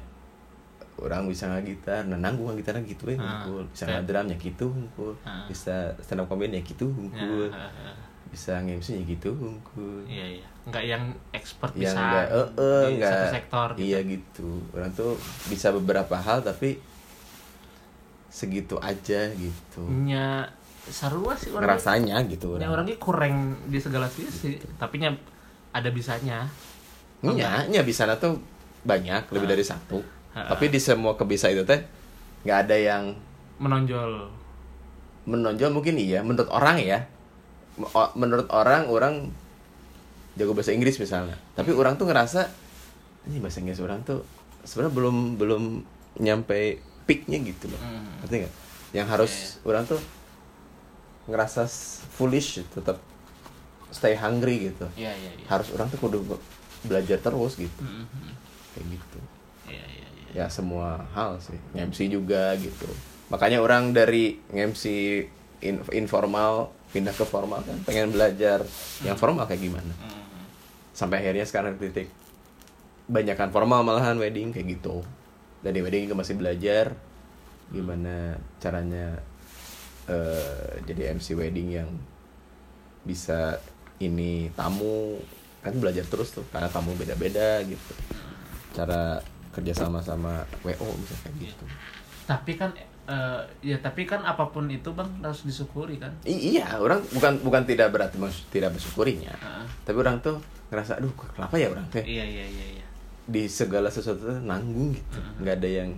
Speaker 1: orang bisa ngagitar nah nanggung ngagitar gitu ya
Speaker 2: Ah,
Speaker 1: hungkul bisa
Speaker 2: kayak-
Speaker 1: ngedrum ya gitu hungkul
Speaker 2: Ah.
Speaker 1: bisa stand up comedy ya gitu
Speaker 2: ya,
Speaker 1: hungkul
Speaker 2: eh, eh,
Speaker 1: bisa nge-MC ya gitu hungkul
Speaker 2: iya iya nggak yang expert
Speaker 1: yang
Speaker 2: bisa
Speaker 1: enggak eh eh,
Speaker 2: di
Speaker 1: enggak
Speaker 2: satu sektor gitu.
Speaker 1: iya gitu orang tuh bisa beberapa hal tapi segitu aja gitu
Speaker 2: nya sarua sih Hmm. Nah, orang
Speaker 1: ngerasanya gitu
Speaker 2: nya
Speaker 1: orang
Speaker 2: orangnya kurang di segala sisi tapi nya ada bisanya
Speaker 1: Nya, nya ya bisa lah tuh banyak lebih
Speaker 2: Ah.
Speaker 1: dari satu tapi di semua kebisa itu teh nggak ada yang
Speaker 2: menonjol
Speaker 1: menonjol mungkin iya menurut orang ya M- o- menurut orang orang jago bahasa Inggris misalnya tapi orang tuh ngerasa ini bahasa Inggris orang tuh sebenarnya belum belum nyampe peaknya gitu loh
Speaker 2: Hmm. Iya,
Speaker 1: ngerti nggak yang harus orang tuh ngerasa s- foolish tetap stay hungry gitu
Speaker 2: iya iya iya
Speaker 1: harus orang tuh kudu be- belajar terus gitu
Speaker 2: Mm, mm, mm.
Speaker 1: kayak gitu
Speaker 2: iya iya iya
Speaker 1: ya semua hal sih MC juga gitu makanya orang dari MC in- informal pindah ke formal kan pengen belajar yang formal kayak gimana
Speaker 2: Mm.
Speaker 1: sampai akhirnya sekarang di titik banyakkan formal malahan wedding kayak gitu dari wedding juga masih belajar gimana caranya eh, jadi MC wedding yang bisa ini tamu kan belajar terus tuh karena tamu beda-beda gitu cara kerja sama sama WO bisa kayak gitu
Speaker 2: tapi kan eh, ya tapi kan apapun itu bang harus disyukuri kan
Speaker 1: I- iya orang bukan bukan tidak berarti maksud- tidak bersyukurinya
Speaker 2: Heeh.
Speaker 1: tapi orang tuh ngerasa aduh kenapa ya orang teh
Speaker 2: iya iya iya iya
Speaker 1: di segala sesuatu tuh nanggung gitu
Speaker 2: Hmm.
Speaker 1: nggak ada yang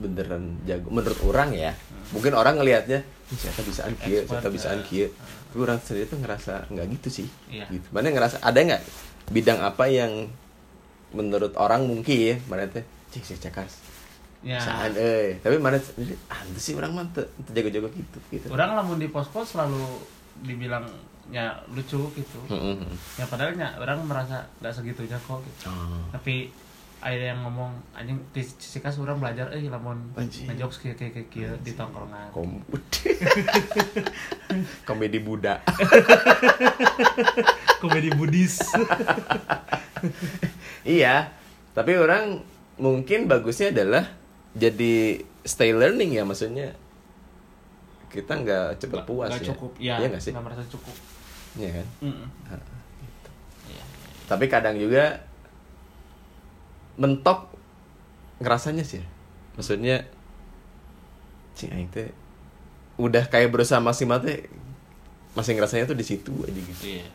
Speaker 1: beneran jago menurut orang ya mungkin orang ngelihatnya "Ih, siapa bisaan kia
Speaker 2: Hmm. Expert,
Speaker 1: siapa bisaan
Speaker 2: ya.
Speaker 1: kia tapi orang sendiri tuh ngerasa nggak gitu sih
Speaker 2: Iya.
Speaker 1: gitu mana ngerasa ada nggak bidang apa yang menurut orang mungkin ya mana teh cek cek cekas
Speaker 2: ya
Speaker 1: Saan, eh tapi mana sendiri, "Ah, itu sih orang mah teu teu jago-jago gitu gitu
Speaker 2: orang lamun di posko selalu dibilangnya lucu gitu
Speaker 1: Heeh, heeh.
Speaker 2: ya padahalnya orang merasa nggak segitunya kok gitu.
Speaker 1: Oh.
Speaker 2: tapi ada yang ngomong anjing di Cisikas orang belajar eh lamun
Speaker 1: Anjing.
Speaker 2: ngejokes kayak kayak kayak di tongkrongan
Speaker 1: Komedi. Komedi Buddha.
Speaker 2: komedi budis
Speaker 1: iya, tapi orang mungkin bagusnya adalah jadi stay learning ya maksudnya. Kita nggak cepet puas
Speaker 2: nggak
Speaker 1: ya.
Speaker 2: cukup ya
Speaker 1: Iya nggak sih?
Speaker 2: nggak merasa cukup
Speaker 1: Iya kan?
Speaker 2: Mm-mm. Iya.
Speaker 1: Tapi kadang juga mentok ngerasanya sih. ya. Maksudnya cing aing teh udah kayak berusaha maksimal teh masih ngerasanya tuh di situ aja gitu.
Speaker 2: Iya.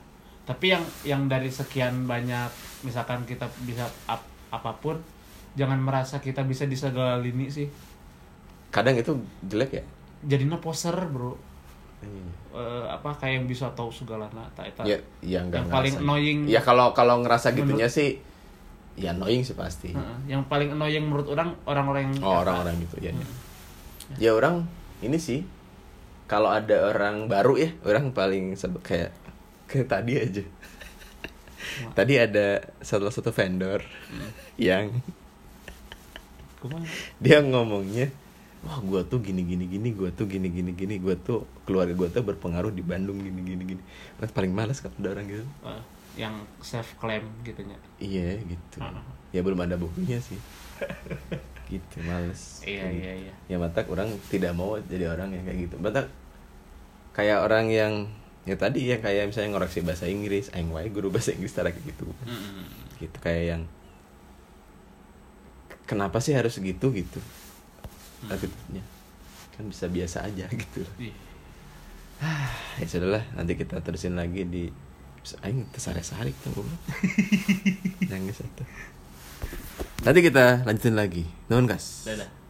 Speaker 2: Tapi yang yang dari sekian banyak misalkan kita bisa ap- apapun jangan merasa kita bisa di segala lini sih.
Speaker 1: Kadang itu jelek ya.
Speaker 2: Jadinya poser, Bro.
Speaker 1: Iya.
Speaker 2: Eh, apa kayak yang bisa tahu segala nah, tak eta.
Speaker 1: Ya, ya enggak
Speaker 2: Yang paling annoying.
Speaker 1: Ya kalau kalau ngerasa
Speaker 2: Menurut-
Speaker 1: gitunya sih ya annoying sih pasti.
Speaker 2: Heeh. yang paling annoying menurut orang orang-orang yang
Speaker 1: Oh, orang-orang gitu ya. ya. Ya orang ini sih kalau ada orang baru ya, orang paling sebut kayak kayak tadi aja. tadi ada salah satu vendor
Speaker 2: Hmm.
Speaker 1: yang
Speaker 2: Kumaha?
Speaker 1: dia ngomongnya wah gua tuh gini gini gini gua tuh gini gini gini gua tuh keluarga gua tuh berpengaruh di Bandung gini gini gini Orang paling males kalau ada orang gitu
Speaker 2: Eh, yang self claim gitu nya.
Speaker 1: Iya gitu.
Speaker 2: Heeh.
Speaker 1: Ya belum ada bukunya sih. gitu males
Speaker 3: Iya,
Speaker 1: Kayak
Speaker 3: iya,
Speaker 1: gitu.
Speaker 3: iya.
Speaker 1: ya matak orang tidak mau jadi orang yang kayak gitu matak kayak orang yang ya tadi ya kayak misalnya ngoreksi bahasa Inggris aing wae guru bahasa Inggris tara kayak gitu
Speaker 3: Mm-mm.
Speaker 1: gitu kayak yang kenapa sih harus gitu gitu
Speaker 3: Hmm.
Speaker 1: attitude-nya kan bisa biasa aja gitu
Speaker 3: Ih,
Speaker 1: ya sudahlah nanti kita terusin lagi di aing tersarik-sarik tuh goblok. nangis satu nanti kita lanjutin lagi nuhun kas
Speaker 3: Dadah.